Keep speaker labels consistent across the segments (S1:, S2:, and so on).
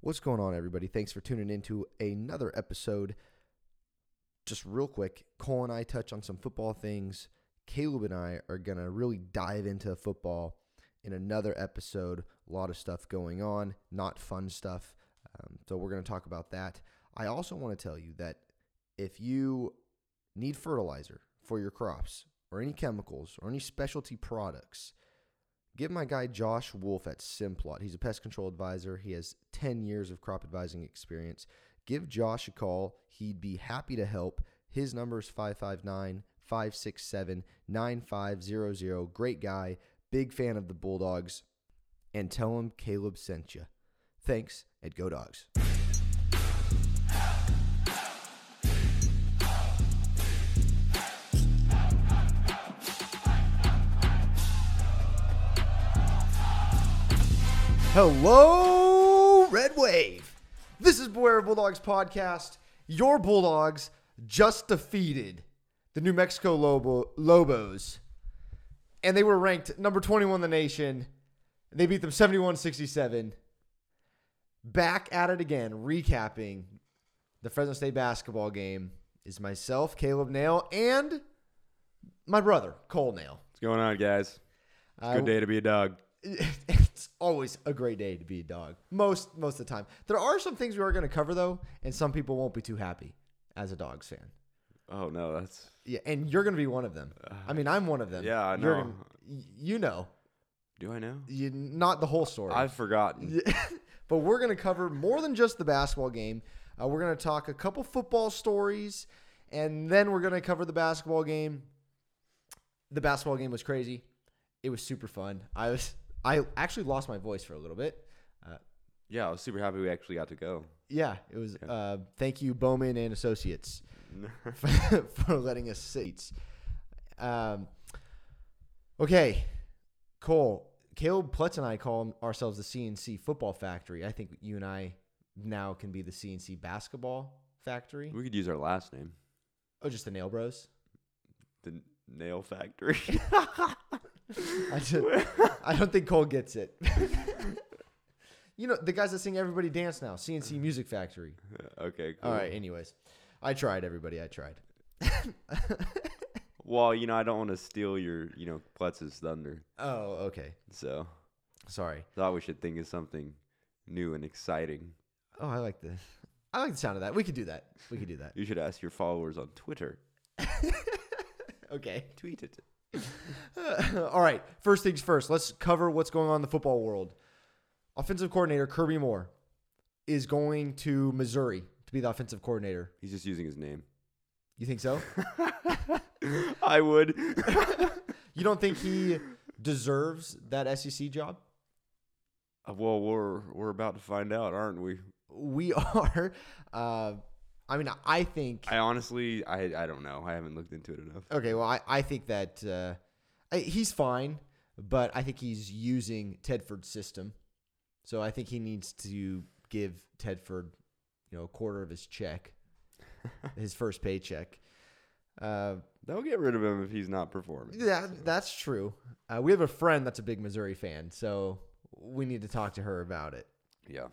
S1: What's going on, everybody? Thanks for tuning in to another episode. Just real quick, Cole and I touch on some football things. Caleb and I are going to really dive into football in another episode. A lot of stuff going on, not fun stuff. Um, so we're going to talk about that. I also want to tell you that if you need fertilizer for your crops or any chemicals or any specialty products, give my guy Josh Wolf at Simplot. He's a pest control advisor. He has 10 years of crop advising experience. Give Josh a call. He'd be happy to help. His number is 559 567 9500. Great guy. Big fan of the Bulldogs. And tell him Caleb sent you. Thanks and go, Dogs. Hello, Red Wave. This is Boyer Bulldogs podcast. Your Bulldogs just defeated the New Mexico Lobo- Lobos, and they were ranked number 21 in the nation. They beat them 71 67. Back at it again, recapping the Fresno State basketball game is myself, Caleb Nail, and my brother, Cole Nail.
S2: What's going on, guys?
S1: I-
S2: Good day to be a dog.
S1: it's always a great day to be a dog. Most most of the time. There are some things we are going to cover though, and some people won't be too happy as a dogs fan.
S2: Oh no, that's
S1: Yeah, and you're going to be one of them. I mean, I'm one of them.
S2: yeah, I
S1: You're
S2: know.
S1: gonna- y- you know,
S2: do I know?
S1: you, not the whole story.
S2: I've forgotten.
S1: but we're going to cover more than just the basketball game. Uh, we're going to talk a couple football stories, and then we're going to cover the basketball game. The basketball game was crazy. It was super fun. I was I actually lost my voice for a little bit. Uh,
S2: Yeah, I was super happy we actually got to go.
S1: Yeah, it was. Uh, thank you, Bowman and Associates, for, for letting us seats. Um, okay, Cole, Caleb Plutz and I call ourselves the CNC Football Factory. I think you and I now can be the CNC Basketball Factory.
S2: We could use our last name,
S1: Oh, just the Nail Bros.
S2: the Nail Factory.
S1: I, just, I don't think Cole gets it. you know the guys that sing "Everybody Dance" now, CNC Music Factory.
S2: okay, cool.
S1: All right. Anyways, I tried. Everybody, I tried.
S2: Well, you know, I don't want to steal your, you know, Plutz's thunder,
S1: Oh, okay.
S2: so
S1: Sorry.
S2: thought we should think of something new and exciting.
S1: Oh, I like the I like the sound of that. We could do that. We could do that.
S2: You should ask your followers on Twitter.
S1: Okay.
S2: Tweet it.
S1: All right. First things first. Let's cover what's going on in the football world. Offensive coordinator Kirby Moore is going to Missouri to be the offensive coordinator.
S2: He's just using his name.
S1: You think so?
S2: I would. Uh,
S1: you don't think he deserves that SEC job?
S2: Uh, well, we're we're about to find out, aren't we?
S1: We are. Uh, I mean, I think.
S2: I honestly, I I don't know. I haven't looked into it enough.
S1: Okay, well, I, I think that uh, I, he's fine, but I think he's using Tedford's system. So I think he needs to give Tedford, you know, a quarter of his check, his first paycheck. Uh,
S2: They'll get rid of him if he's not performing.
S1: that, that's true. Uh, we have a friend that's a big Missouri fan, so we need to talk to her about it.
S2: Yeah.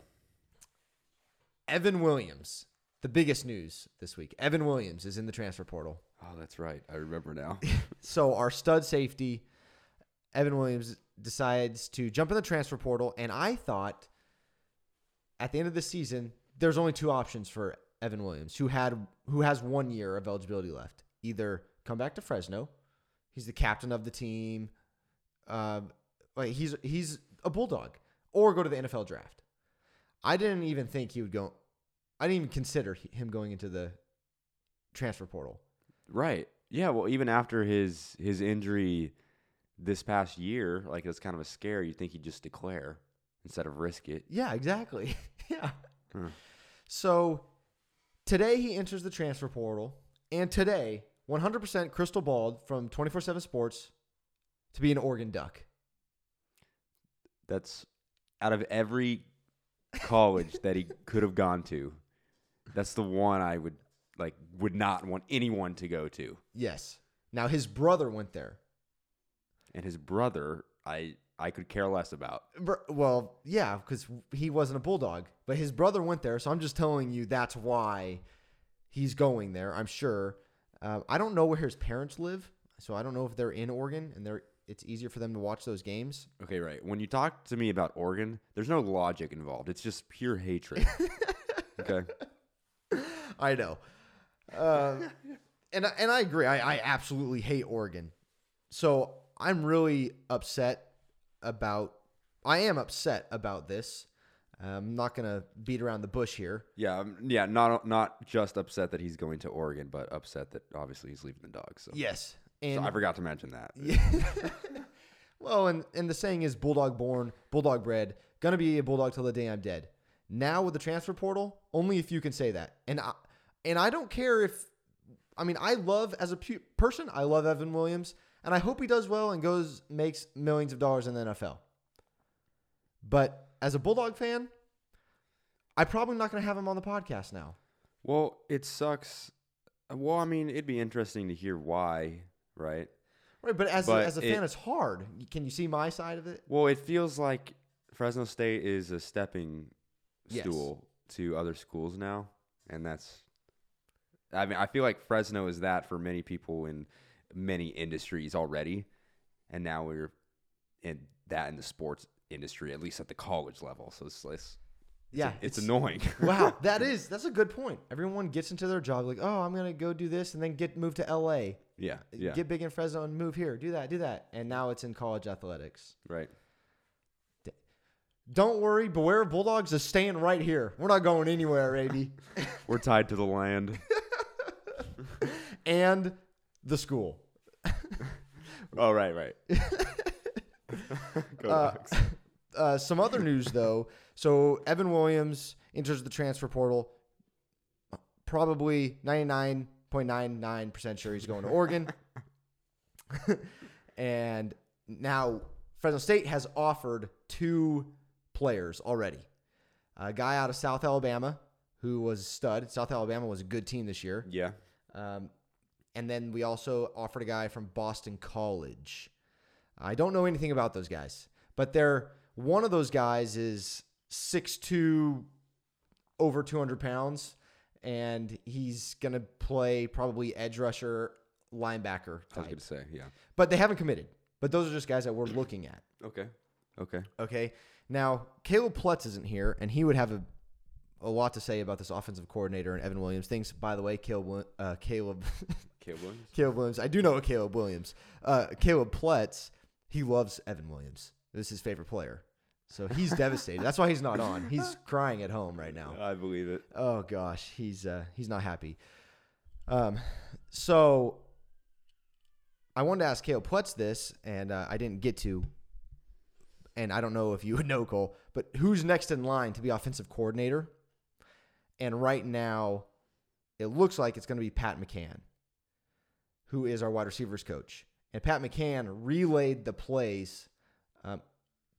S1: Evan Williams, the biggest news this week. Evan Williams is in the transfer portal.
S2: Oh, that's right. I remember now.
S1: So our stud safety, Evan Williams, decides to jump in the transfer portal, and I thought at the end of the season, there's only two options for Evan Williams, who had who has one year of eligibility left. Either come back to Fresno, he's the captain of the team, um, like he's he's a bulldog, or go to the NFL draft. I didn't even think he would go. I didn't even consider he- him going into the transfer portal.
S2: right. Yeah. Well, even after his his injury this past year, like it's kind of a scare. You think he'd just declare instead of risk it.
S1: Yeah, exactly. yeah.
S2: Hmm.
S1: So today he enters the transfer portal, and today, 100% Crystal Bald from 24 7 Sports to be an Oregon Duck.
S2: That's out of every college that he could have gone to. That's the one I would like would not want anyone to go to.
S1: Yes. Now his brother went there.
S2: And his brother, I I could care less about.
S1: Br- Well, yeah, because he wasn't a bulldog, but his brother went there. So I'm just telling you that's why he's going there. I'm sure. Um, I don't know where his parents live, so I don't know if they're in Oregon and they're. It's easier for them to watch those games.
S2: Okay, right. When you talk to me about Oregon, there's no logic involved. It's just pure hatred. okay.
S1: I know, uh, and I- and I agree. I, I absolutely hate Oregon, so I'm really upset about. I am upset about this. I'm not gonna beat around the bush here.
S2: Yeah, um, yeah, not not just upset that he's going to Oregon, but upset that obviously he's leaving the dog. So,
S1: Yes,
S2: so
S1: and
S2: I forgot to mention that.
S1: well, and, and the saying is bulldog born, bulldog bred, gonna be a bulldog till the day I'm dead. Now with the transfer portal, only if you can say that. And I, and I don't care if, I mean, I love as a pu- person, I love Evan Williams, and I hope he does well and goes makes millions of dollars in the NFL. But as a bulldog fan, I'm probably not gonna have him on the podcast now.
S2: Well, it sucks. Well, I mean, it'd be interesting to hear why, right?
S1: Right, but as
S2: But
S1: a, as a
S2: it-
S1: fan, it's hard. Can you see my side of it?
S2: Well, it feels like Fresno State is a stepping
S1: Yes.
S2: stool to other schools now, and that's. I mean, I feel like Fresno is that for many people in many industries already, and now we're in that in the sports industry, at least at the college level. So it's it's,
S1: Yeah,
S2: it's, annoying.
S1: wow, that is that's a good point. Everyone gets into their job like, oh, I'm gonna go do this and then get moved to L.A.
S2: yeah, yeah,
S1: Get big in Fresno and move here. Do that, do that, and now it's in college athletics.
S2: right.
S1: Don't worry, beware of Bulldogs is staying right here. We're not going anywhere, baby.
S2: We're tied to the land.
S1: and the school.
S2: oh, right, right. Go
S1: Uh,
S2: Ducks.
S1: Uh, some other news though. So Evan Williams enters the transfer portal. Probably 99.99% sure he's going to Oregon. and now Fresno State has offered two players already. A guy out of South Alabama who was a stud. South Alabama was a good team this year.
S2: Yeah.
S1: Um, and then we also offered a guy from Boston College. I don't know anything about those guys, but they're one of those guys is 6'2, over 200 pounds, and he's going to play probably edge rusher, linebacker
S2: I was going
S1: type.
S2: to say, yeah.
S1: But they haven't committed. But those are just guys that we're looking at.
S2: Okay. Okay.
S1: Okay. Now, Caleb Plutz isn't here, and he would have a, a lot to say about this offensive coordinator and Evan Williams. Thanks, by the way, Caleb. Wi- Uh, Caleb.
S2: Caleb Williams.
S1: Caleb Williams. I do know a Caleb Williams. Uh, Caleb Pletz, he loves Evan Williams. This is his favorite player. So he's devastated. That's why he's not on. He's crying at home right now.
S2: I believe it.
S1: Oh gosh, he's uh, he's not happy. Um, so I wanted to ask Caleb Pletz this, and uh, I didn't get to. And I don't know if you would know Cole, but who's next in line to be offensive coordinator? And right now, it looks like it's going to be Pat McCann, who is our wide receivers coach. And Pat McCann relayed the plays um,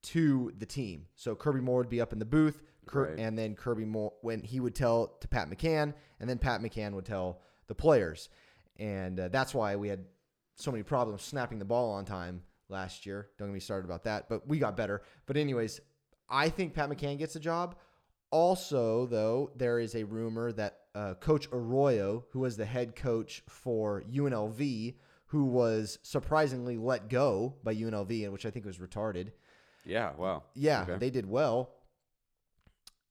S1: to the team. So Kirby Moore would be up in the booth, Kir-
S2: Right.
S1: and then Kirby Moore when he would tell to Pat McCann, and then Pat McCann would tell the players. And uh, that's why we had so many problems snapping the ball on time last year. Don't get me started about that, but we got better. But anyways, I think Pat McCann gets the job. Also, though, there is a rumor that uh, Coach Arroyo, who was the head coach for UNLV, who was surprisingly let go by UNLV, and which I think was retarded.
S2: Yeah. Wow.
S1: Yeah,
S2: Okay.
S1: they did well.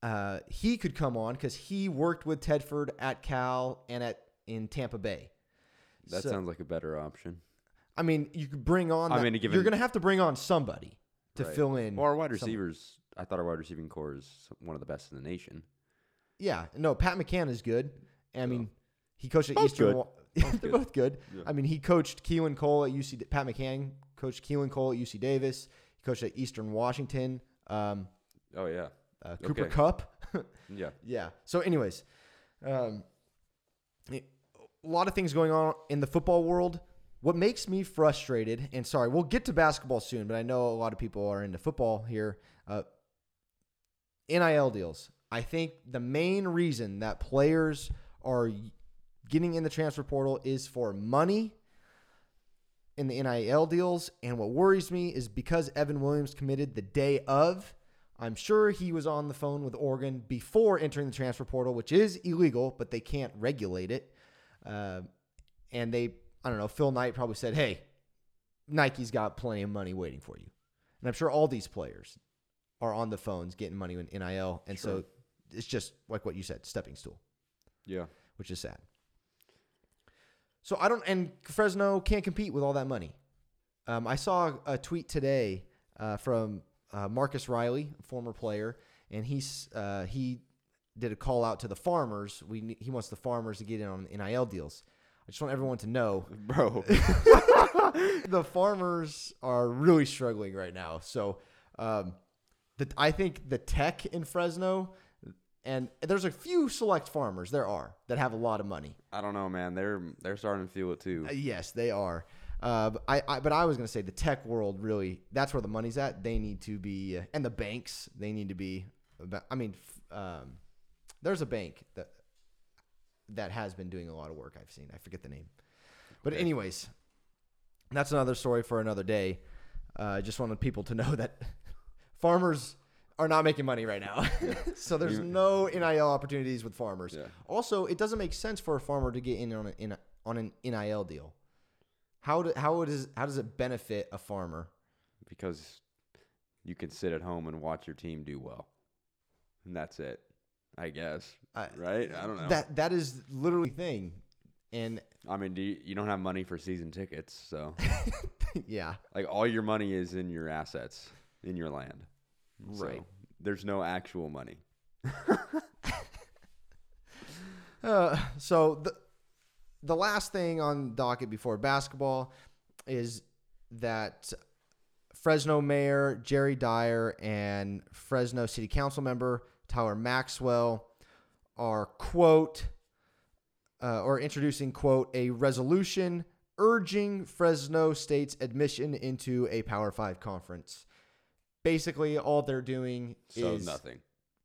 S1: Uh, he could come on because he worked with Tedford at Cal and at in Tampa Bay.
S2: That
S1: So-
S2: sounds like a better option.
S1: I mean, you could bring on.
S2: I
S1: that-
S2: mean, to give
S1: you're
S2: him-
S1: going to have to bring on somebody to
S2: Right.
S1: fill in.
S2: Well, our wide
S1: some-
S2: receivers. I thought our wide receiving core is one of the best in the nation.
S1: Yeah, no, Pat McCann is good. I mean, he coached at
S2: Both
S1: Eastern.
S2: good.
S1: Wa-
S2: Both
S1: They're
S2: good.
S1: both good.
S2: Yeah.
S1: I mean, he coached Keelan Cole at UC. Pat McCann coached Keelan Cole at UC Davis. He coached at Eastern Washington. Um,
S2: Oh yeah.
S1: uh, Cooper
S2: Okay.
S1: Cup.
S2: Yeah.
S1: Yeah. So, anyways, um, a lot of things going on in the football world. What makes me frustrated, and sorry, we'll get to basketball soon, but I know a lot of people are into football here. Uh, NIL deals. I think the main reason that players are getting in the transfer portal is for money in the NIL deals. And what worries me is because Evan Williams committed the day of, I'm sure he was on the phone with Oregon before entering the transfer portal, which is illegal, but they can't regulate it. Uh, and they, I don't know, Phil Knight probably said, hey, Nike's got plenty of money waiting for you. And I'm sure all these players are on the phones getting money in NIL. And so
S2: Sure.
S1: it's just like what you said, stepping stool
S2: Yeah.
S1: which is sad. So I don't, and Fresno can't compete with all that money. Um, I saw a tweet today uh, from uh, Marcus Riley, a former player, and he's uh, he did a call out to the farmers. We ne- he wants the farmers to get in on NIL deals. I just want everyone to know
S2: Bro.
S1: the farmers are really struggling right now. So, um, the, I think the tech in Fresno, and there's a few select farmers there are that have a lot of money.
S2: I don't know, man. They're they're starting to feel it too.
S1: Uh, yes, they are. Uh, but I, I, but I was gonna say the tech world really that's where the money's at. They need to be, uh, and the banks they need to be. About, I mean, f- um, there's a bank that that has been doing a lot of work. I've seen. I forget the name, but
S2: Okay.
S1: anyways, that's another story for another day. Uh, I just wanted people to know that farmers are not making money right now, so there's
S2: You-
S1: no nil opportunities with farmers.
S2: Yeah.
S1: Also, it doesn't make sense for a farmer to get in on an in, on an NIL deal. How do, how does how does it benefit a farmer?
S2: because you can sit at home and watch your team do well. And that's it. I guess.
S1: I-
S2: right? I don't know.
S1: That that is literally the thing, and
S2: I mean, do you, you don't have money for season tickets, so
S1: yeah,
S2: like all your money is in your assets, in your land. So,
S1: Right.
S2: there's no actual money.
S1: Uh, so the the last thing on docket before basketball is that Fresno Mayor Jerry Dyer and Fresno City Council member Tyler Maxwell are quote uh, or introducing quote a resolution urging Fresno State's admission into a Power Five conference. Basically, all they're doing
S2: So
S1: is
S2: nothing.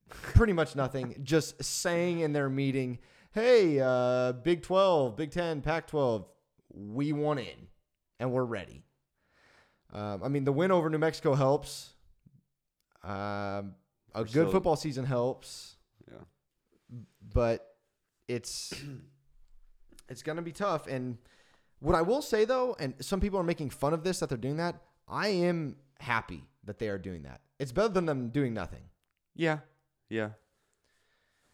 S1: pretty much nothing. Just saying in their meeting, "Hey, uh, Big Twelve, Big Ten, Pac twelve, we want in, and we're ready." Um, I mean, the win over New Mexico helps. Um, a
S2: We're
S1: good
S2: still-
S1: football season helps,
S2: Yeah.
S1: but it's it's gonna be tough. And what I will say though, and some people are making fun of this that they're doing that. I am happy that they are doing that. It's better than them doing nothing.
S2: Yeah. Yeah.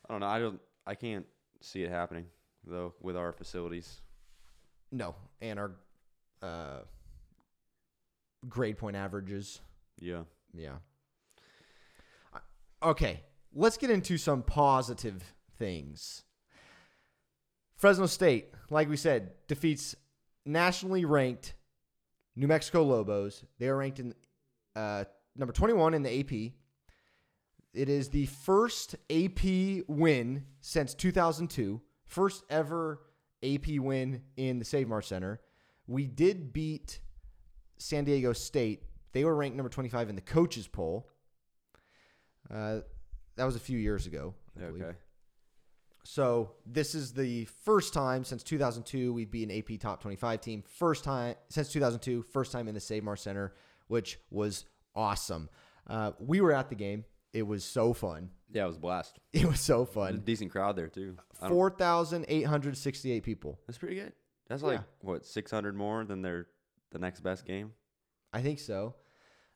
S2: I don't know. I don't I can't see it happening though with our facilities.
S1: No, and our uh, grade point averages.
S2: Yeah.
S1: Yeah. I- Okay, let's get into some positive things. Fresno State, like we said, defeats nationally ranked New Mexico Lobos. They are ranked in uh, number 21 in the AP. It is the first AP win since 2002, first ever AP win in the Save Mart Center. We did beat San Diego State. They were ranked number 25 in the coaches poll. Uh, that was a few years ago. I believe.
S2: Okay.
S1: So this is the first time since 2002 we've beat an AP top 25 team. First time since 2002, first time in the Save Mar Center, which was awesome. Uh, we were at the game. It was so fun.
S2: Yeah, it was a blast.
S1: It was so
S2: There's a
S1: fun.
S2: decent crowd there too. Mm-hmm. I don't-
S1: 4,868 people.
S2: That's pretty good. That's
S1: Yeah.
S2: like what six hundred more than their the next best game.
S1: I think so.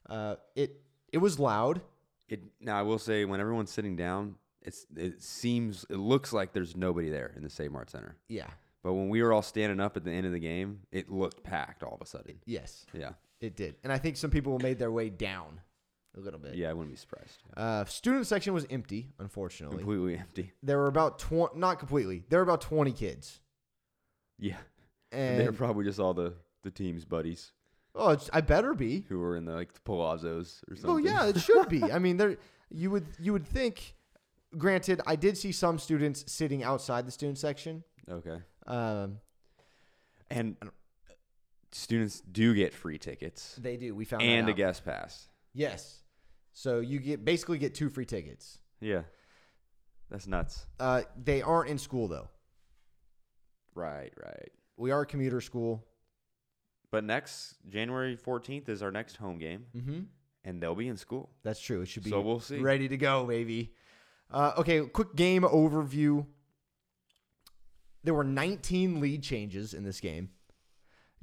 S1: Uh, it it was loud.
S2: It now I will say when everyone's sitting down, it's it seems it looks like there's nobody there in the Save Mart Center.
S1: Yeah.
S2: But when we were all standing up at the end of the game, it looked packed all of a sudden.
S1: Yes,
S2: Yeah,
S1: it did. And I think some people made their way down a little bit.
S2: yeah, I wouldn't be surprised.
S1: Uh, student section was empty, unfortunately.
S2: Completely empty.
S1: There were about 20, not completely, there were about 20 kids.
S2: Yeah, and
S1: And
S2: they're probably just all the the team's buddies
S1: Oh, it's, I better be.
S2: who were in the like the Palazzos or something.
S1: Well, yeah, it should be. I mean, there you would you would think. Granted, I did see some students sitting outside the student section.
S2: Okay.
S1: Um,
S2: And students do get free tickets
S1: they do. We found that
S2: and a
S1: out.
S2: guest pass.
S1: Yes, so you get basically get two free tickets.
S2: Yeah, that's nuts.
S1: Uh, they aren't in school though.
S2: Right, right.
S1: We are a commuter school.
S2: But next January 14th is our next home game,
S1: Mm-hmm.
S2: and they'll be in school.
S1: That's true. It should be
S2: So we'll see.
S1: ready to go, baby. Uh, okay, quick game overview. There were 19 lead changes in this game.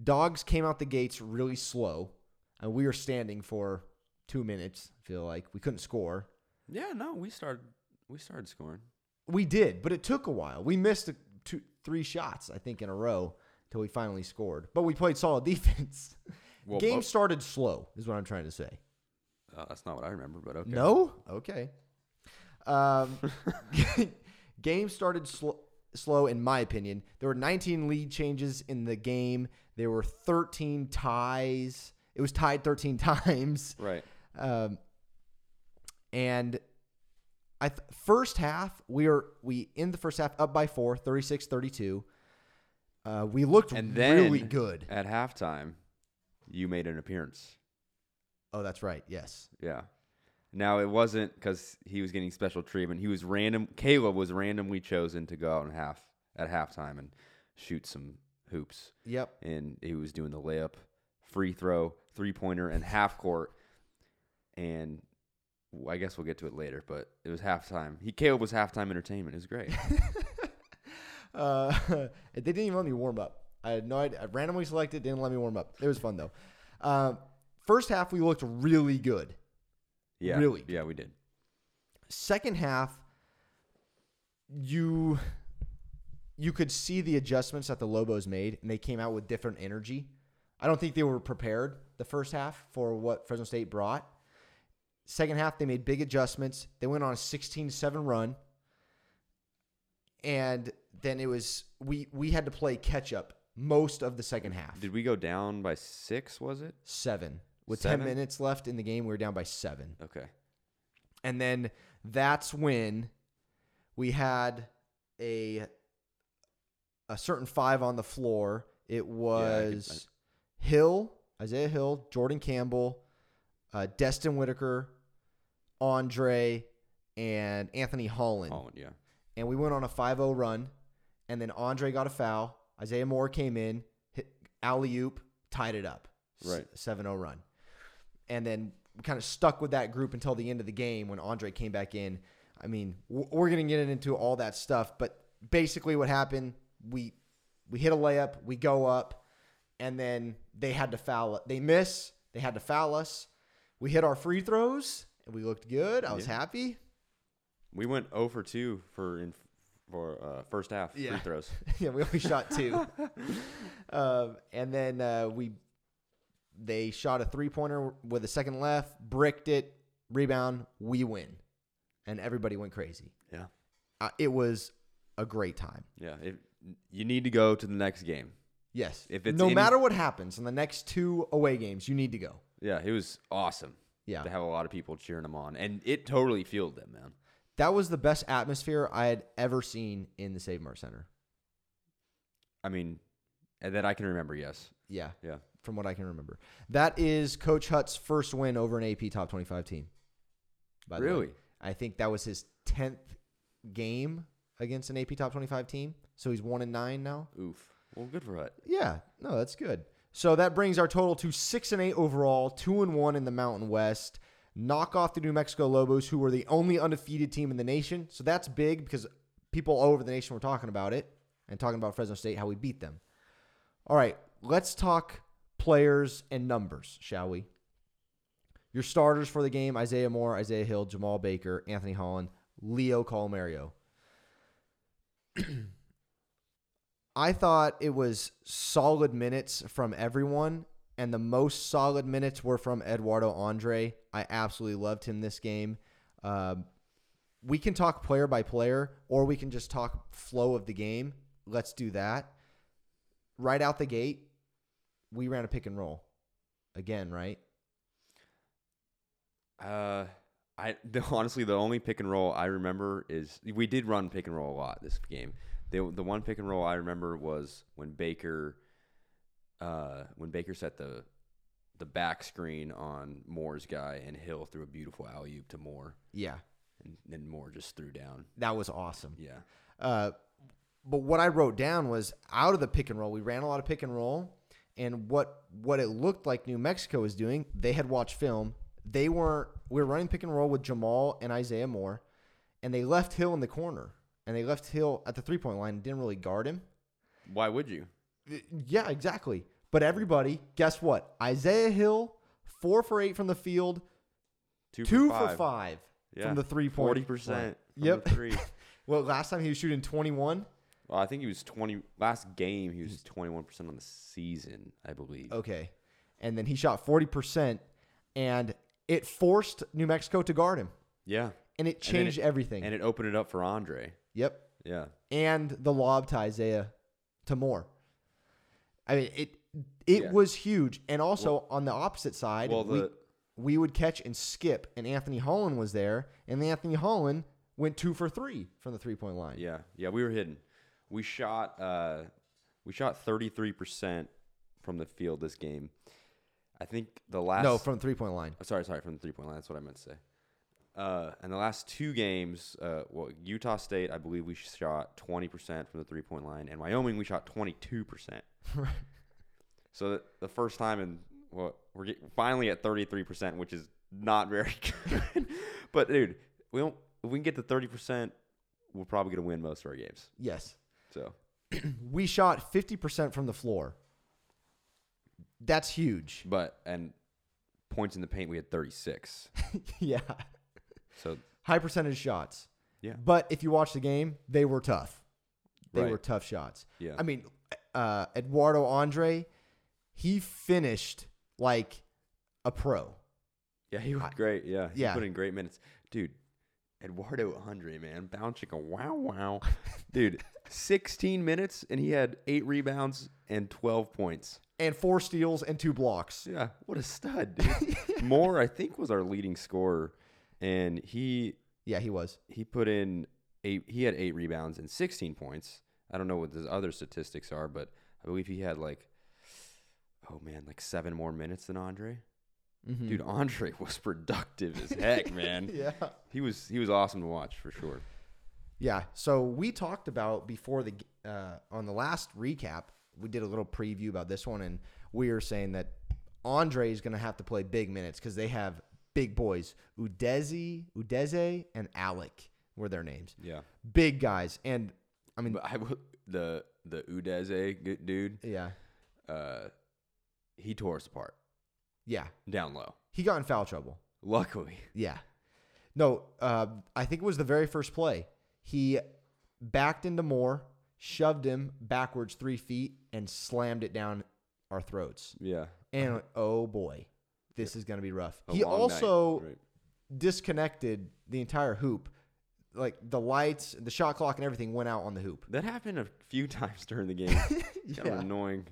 S1: Dogs came out the gates really slow, and we were standing for two minutes. I feel like we couldn't score.
S2: Yeah, no, we started we started scoring.
S1: We did, but it took a while. We missed a, two, three shots, I think, in a row until we finally scored. But we played solid defense.
S2: Well,
S1: game
S2: both-
S1: started slow, is what I'm trying to say.
S2: Uh, that's not what I remember, but okay.
S1: No? Okay. Um, game started sl- slow, in my opinion. There were 19 lead changes in the game, there were 13 ties. It was tied 13 times.
S2: Right.
S1: Um, and I th- first half, we are we in the first half up by four, 36 32. Uh, we looked
S2: And then
S1: really good.
S2: At halftime, you made an appearance.
S1: Oh, that's right. Yes.
S2: Yeah. Now it wasn't because he was getting special treatment. He was random. Caleb was randomly chosen to go out in half at halftime and shoot some hoops,
S1: Yep.
S2: and he was doing the layup, free throw, three pointer, and half court. And well, I guess we'll get to it later, but it was halftime. He Caleb was halftime entertainment. It was great.
S1: Uh, they didn't even let me warm up. I had no idea. I randomly selected, didn't let me warm up. It was fun though. Um, first half, we looked really good.
S2: Yeah,
S1: Really?
S2: Yeah, we did.
S1: Second half, you you could see the adjustments that the Lobos made, and they came out with different energy. I don't think they were prepared the first half for what Fresno State brought. Second half, they made big adjustments. They went on a 16-7 run. And then it was we we had to play catch up most of the second half.
S2: Did we go down by six? Was it?
S1: Seven. With
S2: Seven?
S1: 10 minutes left in the game, we were down by seven.
S2: Okay.
S1: And then that's when we had a a certain five on the floor. It was Hill, Isaiah Hill, Jordan Campbell, uh, Destin Whitaker, Andre, and Anthony Holland.
S2: Holland. Yeah.
S1: And we went on a 5-0 run. And then Andre got a foul. Isaiah Moore came in, hit alley oop, tied it up.
S2: Right.
S1: 7 0 run. And then we kind of stuck with that group until the end of the game when Andre came back in. I mean, w- we're going to get into all that stuff, but basically what happened, we we hit a layup, we go up, and then they had to foul it. They miss, they had to foul us. We hit our free throws, and we looked good. I was
S2: Yeah.
S1: happy.
S2: We went 0 for 2 for in for uh, first half
S1: Yeah.
S2: free throws.
S1: yeah, we only shot two. um, and then uh, we they shot a three pointer with a second left, bricked it, rebound, we win, and everybody went crazy.
S2: Yeah.
S1: Uh, it was a great time.
S2: Yeah. If you need to go to the next game.
S1: Yes.
S2: If it's
S1: no
S2: any-
S1: matter what happens in the next two away games, you need to go.
S2: Yeah, it was awesome
S1: Yeah.
S2: to have a lot of people cheering them on, and it totally fueled them, man.
S1: That was the best atmosphere I had ever seen in the Save Mart Center.
S2: I mean, and that I can remember. Yes.
S1: Yeah,
S2: Yeah.
S1: from what I can remember. That is Coach Hutt's first win over an AP top 25 team. By the way.
S2: Really?
S1: I think that was his 10th game against an AP top 25 team. So he's 1 and 9 now.
S2: Oof. Well, good for it.
S1: Yeah, no, that's good. So that brings our total to 6 and 8 overall, 2 and 1 in the Mountain West. Knock off the New Mexico Lobos who were the only undefeated team in the nation. So that's big because people all over the nation were talking about it and talking about Fresno State how we beat them. All right, let's talk players and numbers, shall we? Your starters for the game Isaiah Moore, Isaiah Hill, Jamal Baker, Anthony Holland, Leo Calmario. I thought it was solid minutes from everyone, and the most solid minutes were from Eduardo Andre. I absolutely loved him this game. Um, we can talk player by player, or we can just talk flow of the game. Let's do that. Right out the gate, we ran a pick and roll again, right?
S2: Uh, I the, honestly the only pick and roll I remember is we did run pick and roll a lot this game. The the one pick and roll I remember was when Baker, uh, when Baker set the the back screen on Moore's guy and Hill threw a beautiful alley oop to Moore
S1: Yeah,
S2: and then Moore just threw down.
S1: that was awesome.
S2: Yeah,
S1: Uh, but what I wrote down was out of the pick and roll, we ran a lot of pick and roll, And what what it looked like New Mexico was doing, they had watched film. They weren't. We were running pick and roll with Jamal and Isaiah Moore, and they left Hill in the corner, and they left Hill at the three point line. Didn't really guard him.
S2: Why would you?
S1: Yeah, exactly. But everybody, guess what? Isaiah Hill, four for eight from the field,
S2: Two,
S1: two
S2: for five.
S1: for five
S2: Yeah.
S1: from the three point.
S2: 40%
S1: line.
S2: from
S1: Yep.
S2: the three.
S1: well, last time he was shooting twenty one.
S2: Well, I think he was 20. Last game, he was 21% on the season, I believe.
S1: Okay, and then he shot forty percent, and it forced New Mexico to guard him,
S2: Yeah.
S1: and it
S2: And then
S1: changed
S2: it-
S1: everything.
S2: And it opened it up for Andre.
S1: yep,
S2: Yeah.
S1: and the lob to Isaiah to Moore. I mean it. It
S2: Yeah.
S1: was huge, and also on the opposite side,
S2: well,
S1: we,
S2: the-
S1: we would catch and skip, and Anthony Holland was there, and Anthony Holland went two for three from the three point line.
S2: Yeah. Yeah. We were hidden. We shot, uh, we shot 33% from the field this game. I think the last.
S1: No, from three point line.
S2: Oh, sorry, sorry, from the three point line. That's what I meant to say. Uh, and the last two games, uh, well, Utah State, I believe we shot 20% from the three point line, and Wyoming, we shot 22%. So the, the first time in, well, we're get, finally at 33%, which is not very good. but, dude, we don't, if we can get to 30%, we're probably going to win most of our games.
S1: Yes.
S2: So,
S1: we shot 50% from the floor. That's huge.
S2: but, and points in the paint, we had 36.
S1: yeah.
S2: So,
S1: High percentage shots.
S2: Yeah.
S1: But if you watch the game, they were tough. They
S2: Right.
S1: were tough shots.
S2: yeah.
S1: I mean, uh, Eduardo Andre, he finished like a pro.
S2: Yeah, he was great. Yeah, he
S1: yeah.
S2: put in great minutes, dude. Eduardo Andre, man, bound chicken, wow, wow, dude. Sixteen minutes, and he had eight rebounds and twelve points.
S1: And four steals and two blocks.
S2: Yeah, what a stud, dude. Moore, I think, was our leading scorer, and he
S1: Yeah, he was.
S2: he put in eight. He had eight rebounds and sixteen points. I don't know what his other statistics are, but I believe he had like, oh man, like seven more minutes than Andre.
S1: Mhm.
S2: Dude, Andre was productive as heck, man.
S1: Yeah.
S2: He was he was awesome to watch for sure.
S1: Yeah. So we talked about before the uh, on the last recap, we did a little preview about this one, and we were saying that Andre is going to have to play big minutes because they have big boys. Udeze, Udeze, and Alec were their names.
S2: Yeah,
S1: Big guys, and I mean,
S2: but I w- the the Udeze good dude,
S1: yeah,
S2: uh, he tore us apart
S1: yeah.
S2: down low.
S1: He got in foul trouble.
S2: Luckily,
S1: Yeah. No, uh, I think it was the very first play. He backed into Moore, shoved him backwards three feet, and slammed it down our throats.
S2: yeah.
S1: and oh boy, this is going to be rough.
S2: A
S1: he
S2: long night,
S1: also
S2: right.
S1: disconnected the entire hoop, like the lights, the shot clock, and everything went out on the hoop.
S2: that happened a few times during the game. kind of
S1: Yeah.
S2: annoying,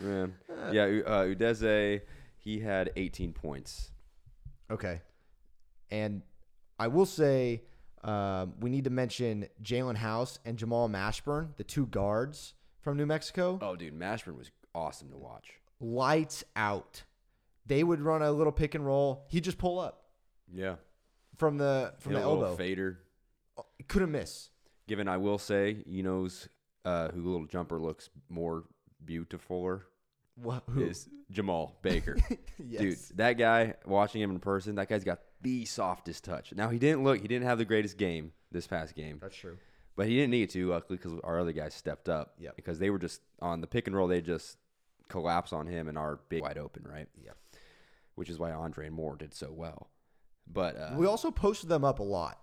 S2: man. Yeah, U- uh, Udeze, he had 18 points.
S1: Okay, and I will say um, we need to mention Jalen House and Jamal Mashburn, the two guards from New Mexico.
S2: Oh, dude, Mashburn was awesome to watch.
S1: Lights out. They would run a little pick and roll. He'd just pull up
S2: Yeah,
S1: from the from
S2: Hit
S1: the
S2: a little
S1: elbow.
S2: fader.
S1: Couldn't miss.
S2: Given, I will say, Eno's uh, who little jumper looks more beautifuler
S1: Wha- who?
S2: is Jamal Baker.
S1: Yes.
S2: Dude, that guy, watching him in person, that guy's got the softest touch. Now, he didn't look, he didn't have the greatest game this past game,
S1: That's true.
S2: but he didn't need to, luckily, because our other guys stepped up.
S1: Yep.
S2: Because they were just on the pick and roll, they just collapse on him and are big wide open, right?
S1: Yep.
S2: Which is why Andre and Moore did so well. But uh,
S1: We also posted them up a lot.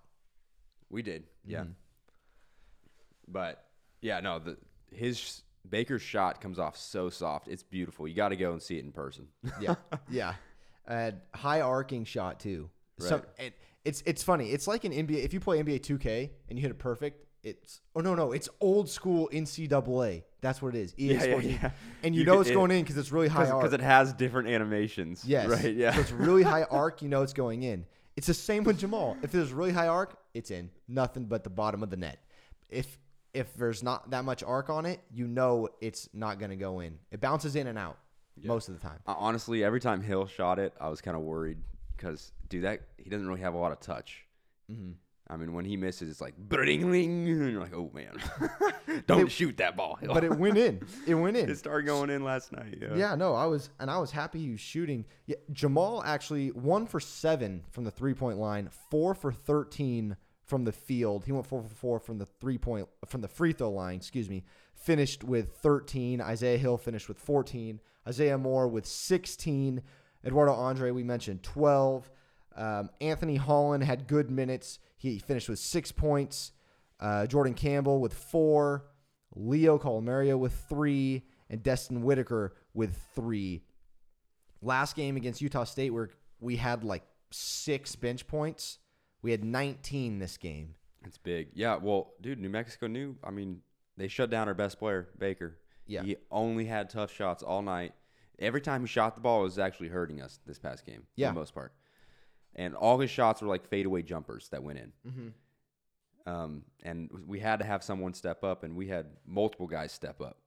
S2: we did, yeah.
S1: Mm-hmm.
S2: But yeah, no, the, his Baker's shot comes off so soft. It's beautiful. You got to go and see it in person.
S1: Yeah, yeah. Uh, high arcing shot too. So
S2: Right.
S1: and it's it's funny. It's like an NBA. If you play NBA 2K and you hit it perfect, it's oh no no, it's old school NCAA. That's what it is. EA
S2: Yeah, yeah,
S1: Sports.
S2: yeah.
S1: And you,
S2: You
S1: know
S2: could-
S1: it's
S2: it-
S1: going in because it's really high arc.
S2: because it has different animations.
S1: yes,
S2: Right. Yeah.
S1: So it's really high arc. You know it's going in. It's the same with Jamal. If there's really high arc, it's in nothing but the bottom of the net. If if there's not that much arc on it, you know it's not going to go in. It bounces in and out most of the time.
S2: I, Uh, honestly, every time
S1: Mm-hmm.
S2: Hill shot it, I was kind of worried because dude, that he doesn't really have a lot of touch. I mean, when he misses, it's like bring ling, and you're like, oh man, don't
S1: It-
S2: shoot that ball.
S1: But it went in. It went in.
S2: it started going in last night. Yeah.
S1: Yeah, no, I was, and I was happy he was shooting. Yeah, Jamal actually one for seven from the three point line, four for thirteen from the field. He went four for four from the three point from the free throw line. Excuse me. Finished with thirteen. Isaiah Hill finished with fourteen. Isaiah Moore with sixteen. Eduardo Andre we mentioned twelve. Um, Anthony Holland had good minutes. He finished with six points. Uh, Jordan Campbell with four. Leo Colomario with three, and Destin Whitaker with three. Last game against Utah State, where we had like six bench points, we had 19 this game.
S2: It's big. Yeah. Well, dude, New Mexico knew. I mean, they shut down our best player, Baker.
S1: Yeah.
S2: He only had tough shots all night. Every time he shot the ball, it was actually hurting us this past game.
S1: Yeah.
S2: For the most part. And all his shots were like fadeaway jumpers that went in.
S1: Mm-hmm.
S2: Um, and we had to have someone step up, and we had multiple guys step up.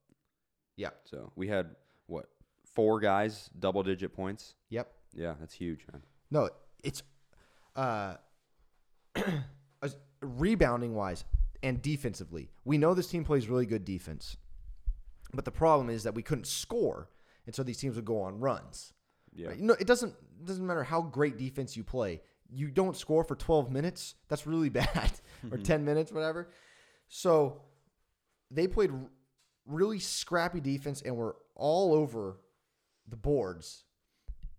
S1: Yeah.
S2: So we had, what, four guys, double digit points?
S1: Yep.
S2: Yeah, that's huge, man.
S1: No, it's uh, as- rebounding wise and defensively. We know this team plays really good defense, but the problem is that we couldn't score, and so these teams would go on runs.
S2: Yeah.
S1: Right? No, it doesn't doesn't matter how great defense you play. You don't score for 12 minutes. That's really bad, or 10 minutes, whatever. So they played r- really scrappy defense and were all over the boards.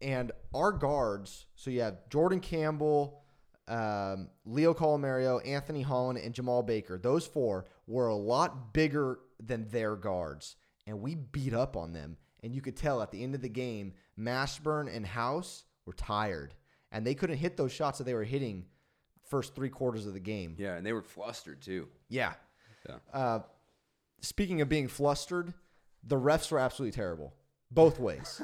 S1: And our guards, so you have Jordan Campbell, um, Leo Colomario, Anthony Holland, and Jamal Baker. Those four were a lot bigger than their guards, and we beat up on them. And you could tell at the end of the game, Mashburn and House were tired, and they couldn't hit those shots that they were hitting first three quarters of the game.
S2: Yeah, and they were flustered too.
S1: Yeah.
S2: Yeah.
S1: Uh, speaking of being flustered, the refs were absolutely terrible both ways.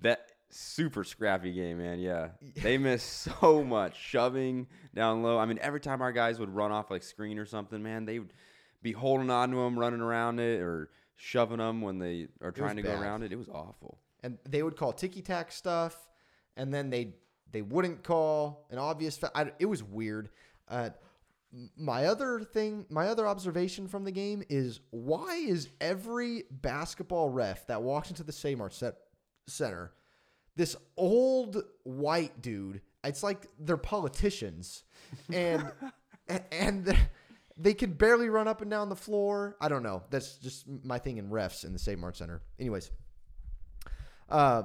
S2: That super scrappy game, man. Yeah. They missed so much shoving down low. I mean, every time our guys would run off like screen or something, man, they would be holding on to them, running around it, or shoving them when they are trying to
S1: bad.
S2: go around it. It was awful.
S1: and they would call ticky tack stuff, and then they they wouldn't call an obvious. Fa- I, it was weird. Uh, m- my other thing, my other observation from the game is why is every basketball ref that walks into the Samart set center this old white dude? It's like they're politicians, and a- and. they're- they can barely run up and down the floor. I don't know. That's just my thing in refs in the Save Mart Center. Anyways, uh,